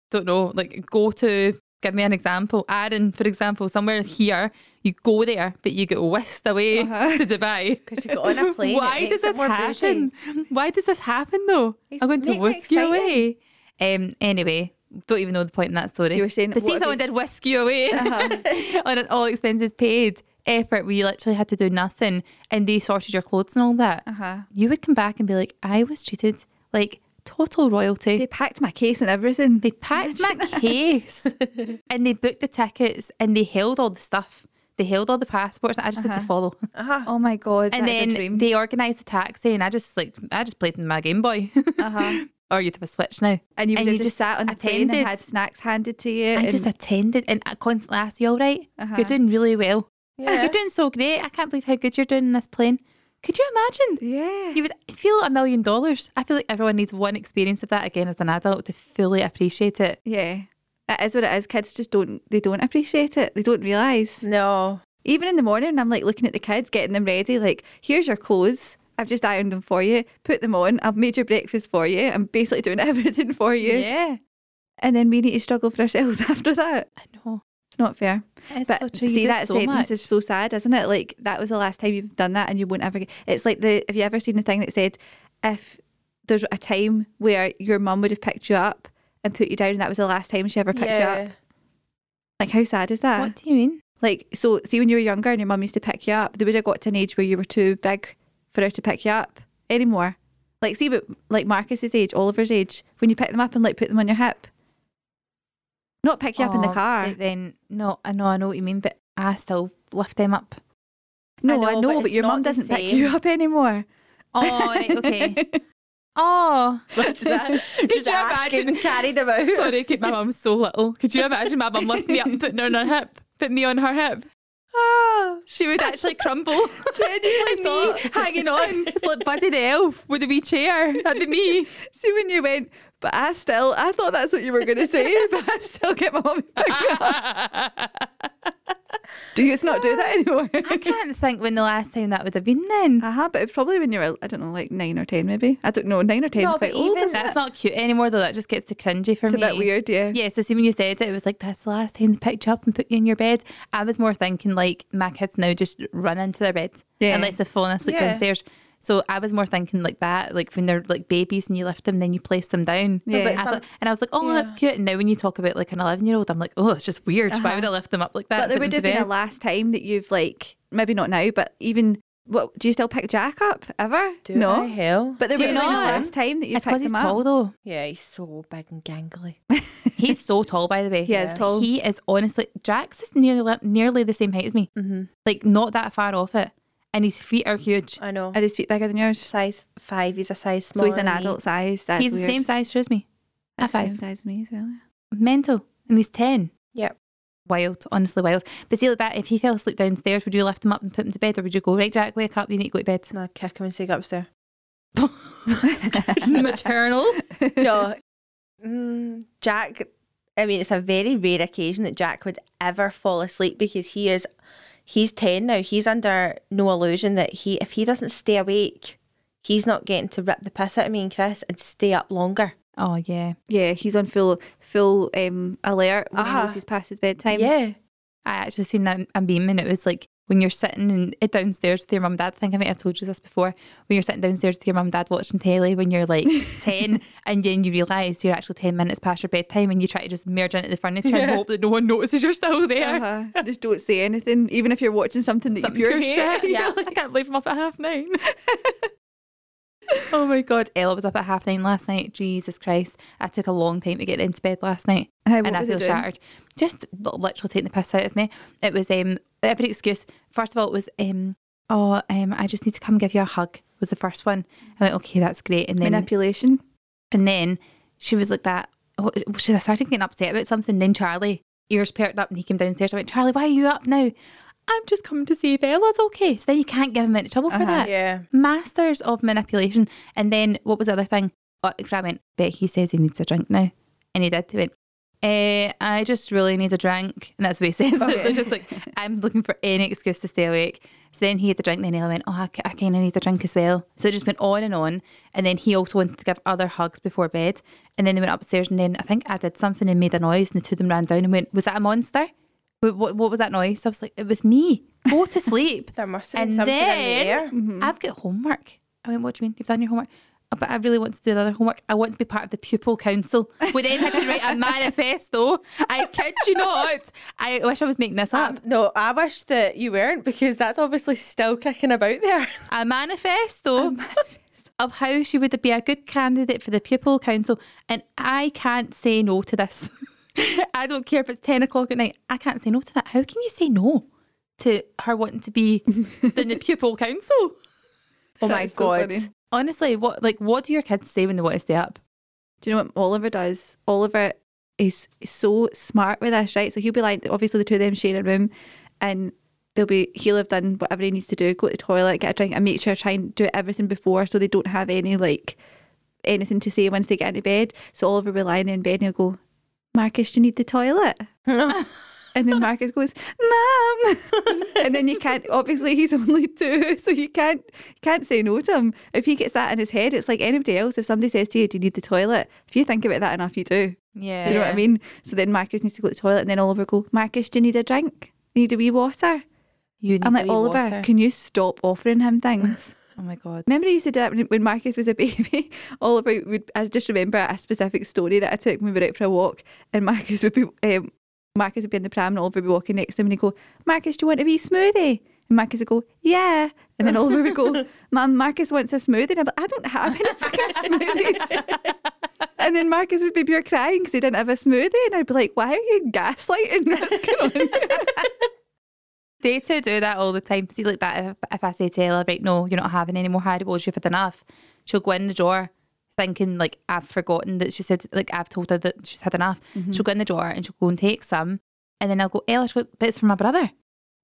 Speaker 3: Don't know. Like, go to. Give me an example. Aaron, for example, somewhere here, you go there, but you get whisked away
Speaker 4: Uh-huh.
Speaker 3: to Dubai.
Speaker 5: Because you got on a plane.
Speaker 3: Why does
Speaker 5: it makes it
Speaker 3: this
Speaker 5: more bougie.
Speaker 3: happen? Why does this happen though?
Speaker 5: It's-
Speaker 3: I'm going to
Speaker 5: make me
Speaker 3: whisk you away. Um. Anyway, don't even know the point in that story.
Speaker 4: You were saying,
Speaker 3: but see,
Speaker 4: what
Speaker 3: if
Speaker 4: if
Speaker 3: someone
Speaker 4: you-
Speaker 3: did whisk you away
Speaker 4: Uh-huh.
Speaker 3: on an all expenses paid effort where you literally had to do nothing and they sorted your clothes and all that.
Speaker 4: Uh-huh.
Speaker 3: You would come back and be like, I was treated like total royalty.
Speaker 4: They packed my case and everything.
Speaker 3: They packed my case and they booked the tickets and they held all the stuff. They held all the passports. I just had to follow.
Speaker 4: oh my god,
Speaker 3: and
Speaker 4: that's a
Speaker 3: then
Speaker 4: dream.
Speaker 3: they organised a taxi, and I just like I just played in my Game Boy.
Speaker 4: uh-huh.
Speaker 3: or you'd have a Switch now.
Speaker 4: And you would have just, sat on the plane
Speaker 3: attended.
Speaker 4: and had snacks handed to you.
Speaker 3: I
Speaker 4: and
Speaker 3: just attended and I constantly asked you, all right?
Speaker 4: Uh-huh.
Speaker 3: You're doing really well.
Speaker 5: Yeah.
Speaker 3: You're doing so great. I can't believe how good you're doing in this plane. Could you imagine?
Speaker 4: yeah.
Speaker 3: You would feel a million dollars. I feel like everyone needs one experience of that again as an adult to fully appreciate it.
Speaker 4: yeah. That is what it is. Kids just don't they don't appreciate it. They don't realise.
Speaker 5: No.
Speaker 4: Even in the morning I'm like looking at the kids, getting them ready, like, here's your clothes. I've just ironed them for you, put them on, I've made your breakfast for you, I'm basically doing everything for you.
Speaker 3: Yeah.
Speaker 4: and then we need to struggle for ourselves after that.
Speaker 3: I know.
Speaker 4: It's not fair.
Speaker 3: It's
Speaker 4: but
Speaker 3: so true. You
Speaker 4: see,
Speaker 3: do
Speaker 4: that
Speaker 3: so
Speaker 4: sentence
Speaker 3: much.
Speaker 4: is so sad, isn't it? Like that was the last time you've done that, and you won't ever. Get, it's like the have you ever seen the thing that said if there's a time where your mum would have picked you up and put you down, and that was the last time she ever picked you
Speaker 5: Yeah.
Speaker 4: up. Like how sad is that?
Speaker 3: What do you mean?
Speaker 4: Like, so see, when you were younger and your mum used to pick you up, they would have got to an age where you were too big for her to pick you up anymore. Like, see, but like Marcus's age, Oliver's age, when you pick them up and like put them on your hip, not pick you up in the
Speaker 3: Oh,
Speaker 4: car.
Speaker 3: but Then no, I know, I know what you mean, but I still lift them up.
Speaker 4: no, I know,
Speaker 5: know, but
Speaker 4: but,
Speaker 5: it's
Speaker 4: your
Speaker 5: not
Speaker 4: mum
Speaker 5: the
Speaker 4: doesn't pick
Speaker 5: same.
Speaker 4: you up anymore.
Speaker 3: Oh, right, okay. Oh,
Speaker 5: Just that, just
Speaker 3: you
Speaker 5: Ash
Speaker 3: imagine-
Speaker 5: getting carried about.
Speaker 3: sorry, my mum's so little. Could you imagine my mum lifting me up, putting her on her hip, putting me on her hip? Oh, she would actually crumble. Genuinely me hanging on. It's like Buddy the Elf with a wee chair. That'd be me.
Speaker 4: See, when you went, but I still, I thought that's what you were going to say, but I still get my mum to pick me up. Do you not do that anymore?
Speaker 3: I can't think when the last time that would have been then.
Speaker 4: Uh huh, but it's probably when you were, I don't know, like nine or ten, maybe. I don't know, nine or ten is
Speaker 5: No,
Speaker 4: quite
Speaker 5: but
Speaker 4: old.
Speaker 5: even-
Speaker 4: isn't it?
Speaker 3: That's not cute anymore though. That just gets to cringy for
Speaker 4: It's a
Speaker 3: me.
Speaker 4: bit weird, yeah.
Speaker 3: Yeah, so see when you said it, it was like that's the last time they picked you up and put you in your bed. I was more thinking like my kids now just run into their bed
Speaker 4: Yeah.
Speaker 3: unless they've fallen asleep
Speaker 5: Yeah.
Speaker 3: downstairs. So I was more thinking like that, like when they're like babies and you lift them, then you place them down.
Speaker 4: Yeah.
Speaker 3: I
Speaker 4: But
Speaker 5: some-
Speaker 3: thought- and I was like, oh, that's cute. And now when you talk about like an eleven-year-old, I'm like, oh, it's just weird. Why would I lift them up like that?
Speaker 4: Uh-huh.
Speaker 3: and
Speaker 4: But there
Speaker 3: put
Speaker 4: would
Speaker 3: them
Speaker 4: have
Speaker 3: to
Speaker 4: been a
Speaker 3: bed?
Speaker 4: last time that you've like maybe not now, but even what do you still pick Jack up ever?
Speaker 5: Do
Speaker 4: no,
Speaker 5: I, hell?
Speaker 4: but there
Speaker 3: Do
Speaker 4: would
Speaker 3: you
Speaker 4: have been a
Speaker 3: not?
Speaker 4: last time that you
Speaker 3: It's
Speaker 4: picked
Speaker 3: because
Speaker 4: him
Speaker 3: he's
Speaker 4: up.
Speaker 3: tall though.
Speaker 5: Yeah, he's so big and gangly.
Speaker 3: He's so tall, by the way.
Speaker 4: Yeah, he's tall.
Speaker 3: He is honestly Jax is nearly nearly the same height as me. Mm-hmm. Like not that far off it, and his feet are huge.
Speaker 5: I know.
Speaker 4: Are his feet bigger than yours?
Speaker 5: size five. He's a size
Speaker 4: So
Speaker 5: smaller.
Speaker 4: he's an
Speaker 5: than me.
Speaker 4: adult size. That's
Speaker 3: he's
Speaker 4: weird.
Speaker 3: the same size as me. High
Speaker 4: That's the same
Speaker 3: five.
Speaker 4: size as me as well.
Speaker 3: Mental, and he's ten.
Speaker 5: Yep.
Speaker 3: Wild, honestly wild. But see, like that, if he fell asleep downstairs, would you lift him up and put him to bed, or would you go right, Jack, wake up, you need to go to bed?
Speaker 5: And I'd kick him and say, "Go upstairs."
Speaker 3: Maternal.
Speaker 5: no. Mm, Jack, I mean, it's a very rare occasion that Jack would ever fall asleep because he is, he's 10 now. He's under no illusion that he, if he doesn't stay awake, he's not getting to rip the piss out of me and Chris and stay up longer.
Speaker 3: Oh yeah,
Speaker 4: Yeah, he's on full full um, alert when he
Speaker 5: Uh-huh.
Speaker 4: knows he's past his bedtime.
Speaker 5: yeah.
Speaker 3: I actually seen that a meme, and it was like when you're sitting in, it downstairs with your mum and dad. I think I might have told you this before. When you're sitting downstairs with your mum and dad watching telly when you're like 10, and then you realise you're actually 10 minutes past your bedtime, and you try to just merge into the furniture and hope that no one notices you're still there.
Speaker 4: Uh-huh. Just don't say anything, even if you're watching something that
Speaker 3: Something
Speaker 4: you
Speaker 3: pure
Speaker 4: pure hate.
Speaker 3: shit. Yeah, I can't leave him up at half nine. oh my god, Ella was up at half nine last night. Jesus Christ, I took a long time to get into bed last night,
Speaker 4: Hey, what
Speaker 3: and I
Speaker 4: were they
Speaker 3: feel
Speaker 4: doing?
Speaker 3: shattered. Just l- literally taking the piss out of me. It was um every excuse. First of all, it was um oh um I just need to come give you a hug was the first one. I went okay, that's great, and then
Speaker 4: Manipulation.
Speaker 3: and then she was like that. Oh, she I started getting upset about something. Then Charlie ears perked up and he came downstairs. I went, Charlie, why are you up now? I'm just coming to see if Ella's okay. So then you can't give him into trouble for that.
Speaker 5: Yeah.
Speaker 3: Masters of manipulation. And then what was the other thing? Uh, I went, Bet he says he needs a drink now. And he did. He went, eh, I just really need a drink. And that's what he says.
Speaker 4: Okay.
Speaker 3: They're just like, I'm looking for any excuse to stay awake. So then he had the drink. Then Ella went, Oh, I, kind of need a drink as well. So it just went on and on. And then he also wanted to give other hugs before bed. And then they went upstairs. And then I think I did something and made a noise. And the two of them ran down and went, Was that a monster? What, what, what was that noise? I was like, It was me. Go to sleep.
Speaker 5: There must have been
Speaker 3: And
Speaker 5: something in the
Speaker 3: then
Speaker 5: air.
Speaker 4: Mm-hmm.
Speaker 3: I've got homework. I went, what do you mean? You've done your homework? "Oh, But I really want to do the other homework. I want to be part of the pupil council. We then had to write a manifesto. I kid you not. I wish I was making this up.
Speaker 5: Um, no, I wish that you weren't because that's obviously still kicking about there.
Speaker 3: A manifesto, of how she would be a good candidate for the pupil council. And I can't say no to this. I don't care if it's 10 o'clock at night. I can't say no to that. How can you say no to her wanting to be in the pupil council?
Speaker 5: Oh my
Speaker 4: That's so
Speaker 5: god.
Speaker 4: funny.
Speaker 3: Honestly, what like what do your kids say when they want to stay up?
Speaker 4: Do you know what Oliver does? Oliver is so smart with this, right? So he'll be like, obviously the two of them share a room, and they'll be he'll have done whatever he needs to do, go to the toilet, get a drink, and make sure try and do everything before, so they don't have any like anything to say once they get into bed. So Oliver will be lying there in bed and he'll go, Marcus, do you need the toilet? and then Marcus goes, Mom And then you can't obviously he's only two, so you can't can't say no to him. If he gets that in his head, it's like anybody else. If somebody says to you, Do you need the toilet? If you think about that enough, you do.
Speaker 3: Yeah.
Speaker 4: Do you know what I mean? So then Marcus needs to go to the toilet and then Oliver go, Marcus, do you need a drink? You need a wee water?
Speaker 3: You need
Speaker 4: I'm like,
Speaker 3: wee
Speaker 4: Oliver,
Speaker 3: water.
Speaker 4: can you stop offering him things?
Speaker 3: oh my god.
Speaker 4: Remember, I used to do that when, when Marcus was a baby. Oliver would. I just remember a specific story that I took when we were out for a walk, and Marcus would be um, Marcus would be in the pram and Oliver would be walking next to him and he'd go, Marcus, do you want a wee smoothie? And Marcus would go, yeah. And then Oliver would go, Mum, Marcus wants a smoothie. And I'm like, I don't have any fucking smoothies. and then Marcus would be pure crying because he didn't have a smoothie. And I'd be like, why are you gaslighting? What's going on?
Speaker 3: They too do that all the time. See, like that, if, if I say to Ella, right, no, you're not having any more Haribo's, you've had enough, she'll go in the drawer thinking, like, I've forgotten that she said, like, I've told her that she's had enough. She'll go in the drawer and she'll go and take some. And then I'll go, Ella, she'll go, but it's for my brother.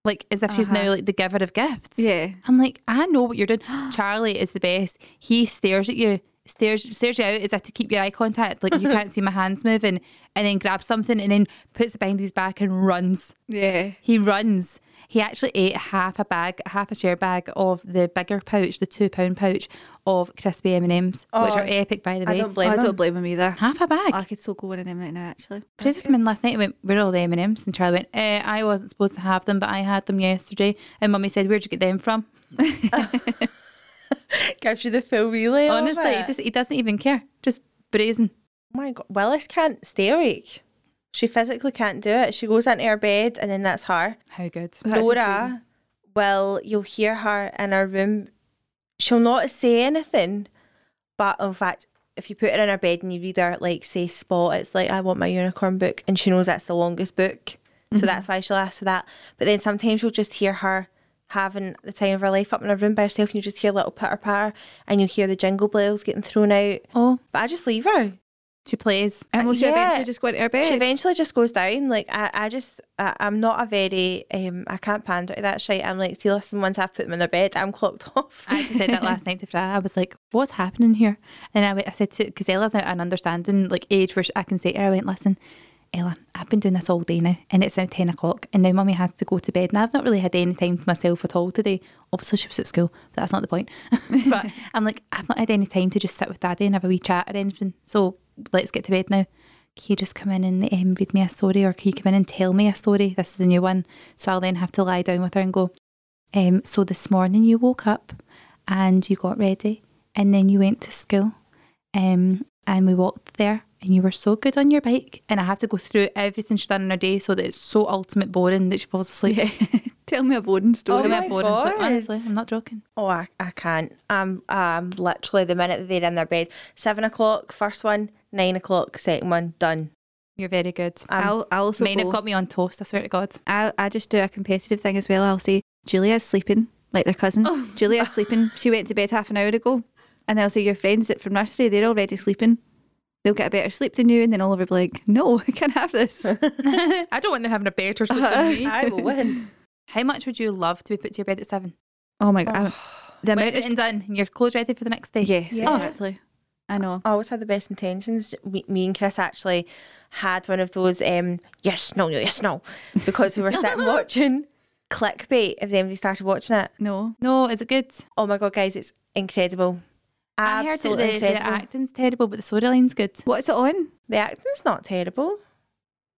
Speaker 3: Like, as if she's now, like, the giver of gifts.
Speaker 4: Yeah.
Speaker 3: I'm like, I know what you're doing. Charlie is the best. He stares at you, stares stares you out as if to keep your eye contact. Like, you can't see my hands moving. And then grabs something and then puts it behind his back and runs.
Speaker 4: yeah.
Speaker 3: He runs. He actually ate half a bag, half a share bag of the bigger pouch, the two pound pouch of crispy M and M's, which
Speaker 5: Oh,
Speaker 3: are epic by the way.
Speaker 5: I don't
Speaker 4: Oh,
Speaker 5: blame
Speaker 4: I
Speaker 5: him.
Speaker 4: don't blame him either.
Speaker 3: half a bag.
Speaker 4: I could so go in them right now, actually.
Speaker 3: Fraser came in last night and went, "Where are all the M and M's?" And Charlie went, eh, "I wasn't supposed to have them, but I had them yesterday." And Mummy said, "Where'd you get them from?"
Speaker 5: Gives you the full relay. of
Speaker 3: Honestly, he
Speaker 5: it.
Speaker 3: just he doesn't even care. Just brazen.
Speaker 5: Oh my god, Willis can't stay awake. She physically can't do it. She goes into her bed and then that's her.
Speaker 3: How good?
Speaker 4: That's
Speaker 5: Dora, well, you'll hear her in her room. She'll not say anything, but in fact, if you put her in her bed and you read her, like, say, Spot, it's like, I want my unicorn book, and she knows that's the longest book. So that's why she'll ask for that. But then sometimes you'll just hear her having the time of her life up in her room by herself, and you just hear little pitter patter, and you hear the jingle bells getting thrown out.
Speaker 3: Oh,
Speaker 5: But I just leave her.
Speaker 3: she plays.
Speaker 4: And will she
Speaker 5: Yeah.
Speaker 4: eventually just go into her bed?
Speaker 5: She eventually just goes down. Like I, I just, I, I'm not a very, um, I can't pander to that shit. I'm like, see, listen, once I've put them in their bed, I'm clocked off.
Speaker 3: I actually said that last night to Fra. I was like, "What's happening here?" And I, went, I said to because Ella's now at an understanding like age where sh- I can say to her, "I went, listen, Ella, I've been doing this all day now, and it's now ten o'clock, and now Mummy has to go to bed, and I've not really had any time to myself at all today. Obviously, she was at school, but that's not the point. but I'm like, I've not had any time to just sit with Daddy and have a wee chat or anything. So let's get to bed now." Can you just come in and um, read me a story, or can you come in and tell me a story? This is the new one. So I'll then have to lie down with her and go, um, so this morning you woke up and you got ready and then you went to school um, and we walked there and you were so good on your bike and I have to go through everything she's done in her day so that it's so ultimate boring that she falls asleep.
Speaker 4: Tell me a boring
Speaker 5: Oh
Speaker 4: story.
Speaker 5: my
Speaker 3: Ultimate boring. So
Speaker 5: God.
Speaker 3: honestly, I'm not joking.
Speaker 5: oh, I, I can't. I'm, I'm literally the minute that they're in their bed, seven o'clock, first one, nine o'clock, second one, done.
Speaker 3: You're very good.
Speaker 4: I'll, I also
Speaker 3: Mine have
Speaker 4: go-
Speaker 3: got me on toast, I swear to God.
Speaker 4: I, I just do a competitive thing as well. I'll say Julia's sleeping, like their cousin. Julia's sleeping. She went to bed half an hour ago, and I'll say your friends that from nursery they're already sleeping. They'll get a better sleep than you, and then Oliver will be like, "No, I can't have this."
Speaker 3: I don't want them having a better sleep than me.
Speaker 5: I will win.
Speaker 3: How much would you love to be put to your bed at seven?
Speaker 4: oh my god, I'm- the amount
Speaker 3: Wet
Speaker 4: of
Speaker 3: and done, and your clothes ready for the next day.
Speaker 4: yes,
Speaker 5: Yeah.
Speaker 4: exactly. I know.
Speaker 5: I always had the best intentions. We, me and Chris actually had one of those um, yes, no, no, yes, no, because we were sitting watching clickbait. If anybody started watching it,
Speaker 4: No,
Speaker 3: No, is it good?
Speaker 5: oh my god, guys, it's incredible. Absolutely
Speaker 3: I heard that the, the
Speaker 5: incredible.
Speaker 3: acting's terrible, but the storyline's good.
Speaker 4: what's it on?
Speaker 5: The acting's not terrible.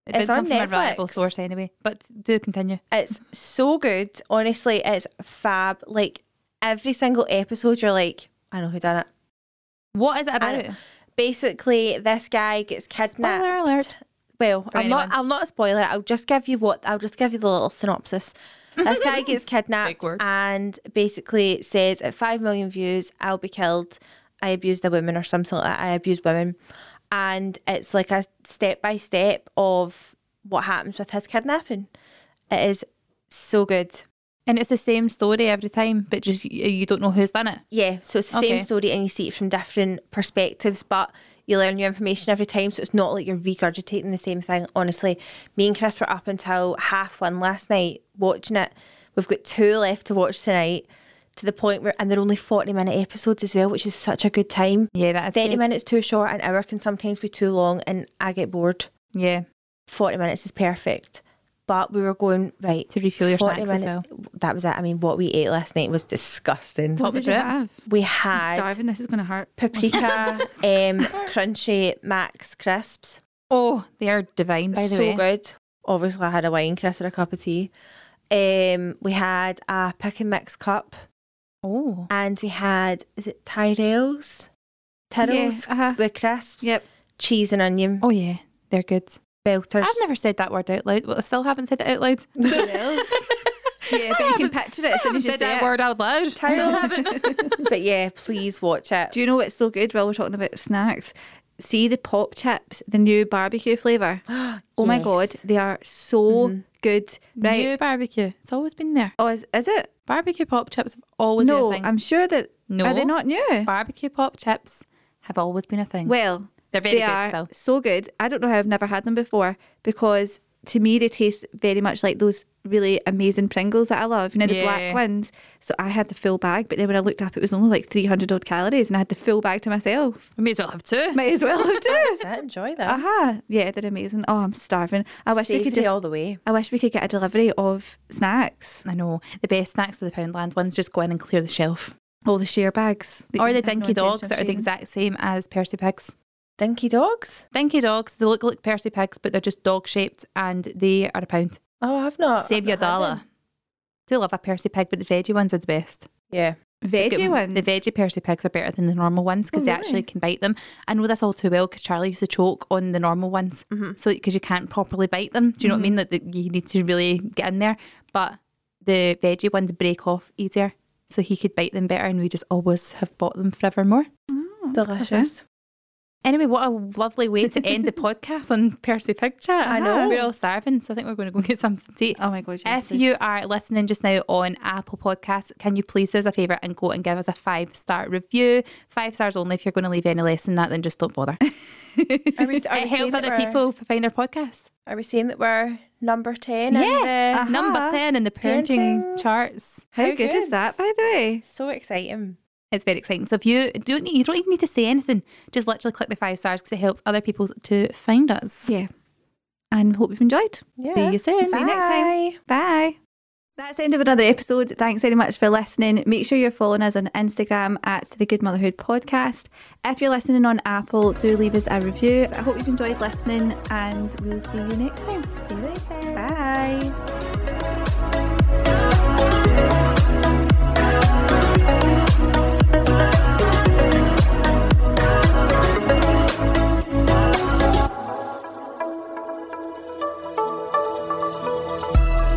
Speaker 3: It
Speaker 5: It's
Speaker 3: did come
Speaker 5: on
Speaker 3: from a reliable
Speaker 5: Netflix.
Speaker 3: source anyway. But do continue.
Speaker 5: It's so good. Honestly, it's fab. Like every single episode, you're like, I know who done it.
Speaker 3: What is it about?
Speaker 5: know. Basically, this guy gets kidnapped.
Speaker 3: Spoiler alert.
Speaker 5: Well,
Speaker 3: For
Speaker 5: I'm not.
Speaker 3: anyone.
Speaker 5: I'm not a spoiler. I'll just give you what. I'll just give you the little synopsis. This guy gets
Speaker 3: Big
Speaker 5: kidnapped
Speaker 3: word.
Speaker 5: and basically says, "At five million views, I'll be killed. I abused a woman or something like that. I abused women." And it's like a step by step of what happens with his kidnapping. It is so good.
Speaker 3: And it's the same story every time, but just you, you don't know who's done it.
Speaker 5: Yeah, so it's the
Speaker 3: Okay.
Speaker 5: same story and you see it from different perspectives, but you learn new information every time. So it's not like you're regurgitating the same thing. Honestly, me and Chris were up until half one last night watching it. We've got two left to watch tonight to the point where, and they're only 40 minute episodes as well, which is such a good time.
Speaker 3: Yeah, that's
Speaker 5: 30
Speaker 3: good.
Speaker 5: minutes too short, an hour can sometimes be too long, and I get bored.
Speaker 3: Yeah,
Speaker 5: 40 minutes is perfect. But we were going, right.
Speaker 3: To refuel your
Speaker 5: 40
Speaker 3: snacks as
Speaker 5: That was it. I mean, what we ate last night was disgusting.
Speaker 3: What was
Speaker 4: did you
Speaker 3: it?
Speaker 4: have?
Speaker 5: We
Speaker 4: I'm
Speaker 5: had
Speaker 4: starving. This is going to hurt.
Speaker 5: paprika, um, crunchy Max crisps.
Speaker 3: Oh, they are divine by the
Speaker 5: so
Speaker 3: way.
Speaker 5: good. Obviously, I had a wine crisp and a cup of tea. Um, we had a pick and mix cup,
Speaker 3: Oh,
Speaker 5: and we had is it Tyrell's? Tyrell's
Speaker 4: Yeah, uh-huh.
Speaker 5: with crisps,
Speaker 4: Yep.
Speaker 5: cheese and onion.
Speaker 3: oh yeah, they're good.
Speaker 5: belters.
Speaker 3: Oh, I've never said that word out loud. Well, I still haven't said it out loud.
Speaker 4: yeah, but you can picture it as soon as you
Speaker 3: said
Speaker 4: say
Speaker 3: that
Speaker 4: it.
Speaker 3: word out loud. Still haven't.
Speaker 5: but yeah, please watch it.
Speaker 4: Do you know what's so good while we're talking about snacks? See the pop chips, the new barbecue flavour. oh my God,
Speaker 5: Yes.
Speaker 4: they are so good. Right.
Speaker 3: Mm-hmm. New barbecue. It's always been there.
Speaker 4: Oh, is, is it?
Speaker 3: Barbecue pop chips have always
Speaker 4: no,
Speaker 3: been a thing.
Speaker 4: I'm sure that.
Speaker 3: No.
Speaker 4: Are they not new?
Speaker 3: barbecue pop chips have always been a thing.
Speaker 4: Well,
Speaker 3: They're very
Speaker 4: they
Speaker 3: good
Speaker 4: are
Speaker 3: still.
Speaker 4: so good. I don't know how I've never had them before because to me they taste very much like those really amazing Pringles that I love, you know, the
Speaker 3: Yeah.
Speaker 4: black ones. So I had the full bag, but then when I looked up, it was only like 300 odd calories and I had the full bag to myself.
Speaker 3: we may as well have two.
Speaker 4: Might as well have two.
Speaker 5: That's it, Enjoy that.
Speaker 3: Uh-huh.
Speaker 4: Aha. Yeah, they're amazing. Oh, I'm starving. I wish we could
Speaker 5: Savoury
Speaker 4: just
Speaker 5: all the way.
Speaker 4: I wish we could get a delivery of snacks.
Speaker 3: I know the best snacks are the Poundland ones. Just go in and clear the shelf,
Speaker 4: All the share bags. that
Speaker 3: or
Speaker 4: you
Speaker 3: the
Speaker 4: have no
Speaker 3: dinky
Speaker 4: intention
Speaker 3: dogs
Speaker 4: of
Speaker 3: that are the
Speaker 4: sharing.
Speaker 3: exact same as Percy pigs.
Speaker 5: Dinky dogs?
Speaker 3: Dinky dogs. They look like Percy pigs, but they're just dog shaped, and they are a pound.
Speaker 5: Oh, I've not.
Speaker 3: Save
Speaker 5: I've
Speaker 3: your
Speaker 5: not had
Speaker 3: dollar.
Speaker 5: them.
Speaker 3: Do love a Percy pig, but the veggie ones are the best.
Speaker 5: Yeah.
Speaker 4: veggie
Speaker 3: Get-
Speaker 4: ones.
Speaker 3: The veggie Percy pigs are better than the normal ones because
Speaker 4: Oh,
Speaker 3: they
Speaker 4: really?
Speaker 3: actually can bite them. I know this all too well because Charlie used to choke on the normal ones,
Speaker 4: Mm-hmm.
Speaker 3: so because you can't properly bite them. Do you know what I mean? That that you need to really get in there. But the veggie ones break off easier, so he could bite them better, and we just always have bought them forevermore.
Speaker 4: Oh,
Speaker 5: Delicious.
Speaker 3: Anyway, what a lovely way to end the podcast on Percy Pig Chat.
Speaker 5: I know.
Speaker 3: We're all starving, so I think we're going to go and get something to eat.
Speaker 4: Oh my god, yes,
Speaker 3: If
Speaker 4: please.
Speaker 3: you are listening just now on Apple Podcasts, can you please do us a favour and go and give us a five star review? Five stars only. If you're going to leave any less than that, then just don't bother.
Speaker 5: Are we, are we
Speaker 3: it
Speaker 5: saying
Speaker 3: helps
Speaker 5: that
Speaker 3: other
Speaker 5: we're-
Speaker 3: people find our podcast.
Speaker 5: Are we saying that we're number 10?
Speaker 3: yeah. uh-huh.
Speaker 5: And,
Speaker 3: Number 10 in the parenting,
Speaker 5: Parenting.
Speaker 3: charts.
Speaker 4: How
Speaker 5: How
Speaker 4: good is
Speaker 5: good?
Speaker 4: that, by the way?
Speaker 5: so exciting.
Speaker 3: It's very exciting. So if you don't need, you don't even need to say anything. Just literally click the five stars because it helps other people to find us.
Speaker 4: Yeah. And hope you've enjoyed.
Speaker 5: Yeah.
Speaker 3: See you soon.
Speaker 4: See you next time.
Speaker 5: Bye.
Speaker 4: Bye. That's the end of another episode. Thanks very much for listening. Make sure you're following us on Instagram at the Good Motherhood Podcast. If you're listening on Apple, do leave us a review. I hope you've enjoyed listening and we'll see you next time.
Speaker 5: See you later. Bye.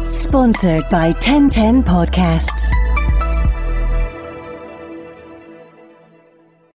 Speaker 1: Sponsored by 1010 Podcasts.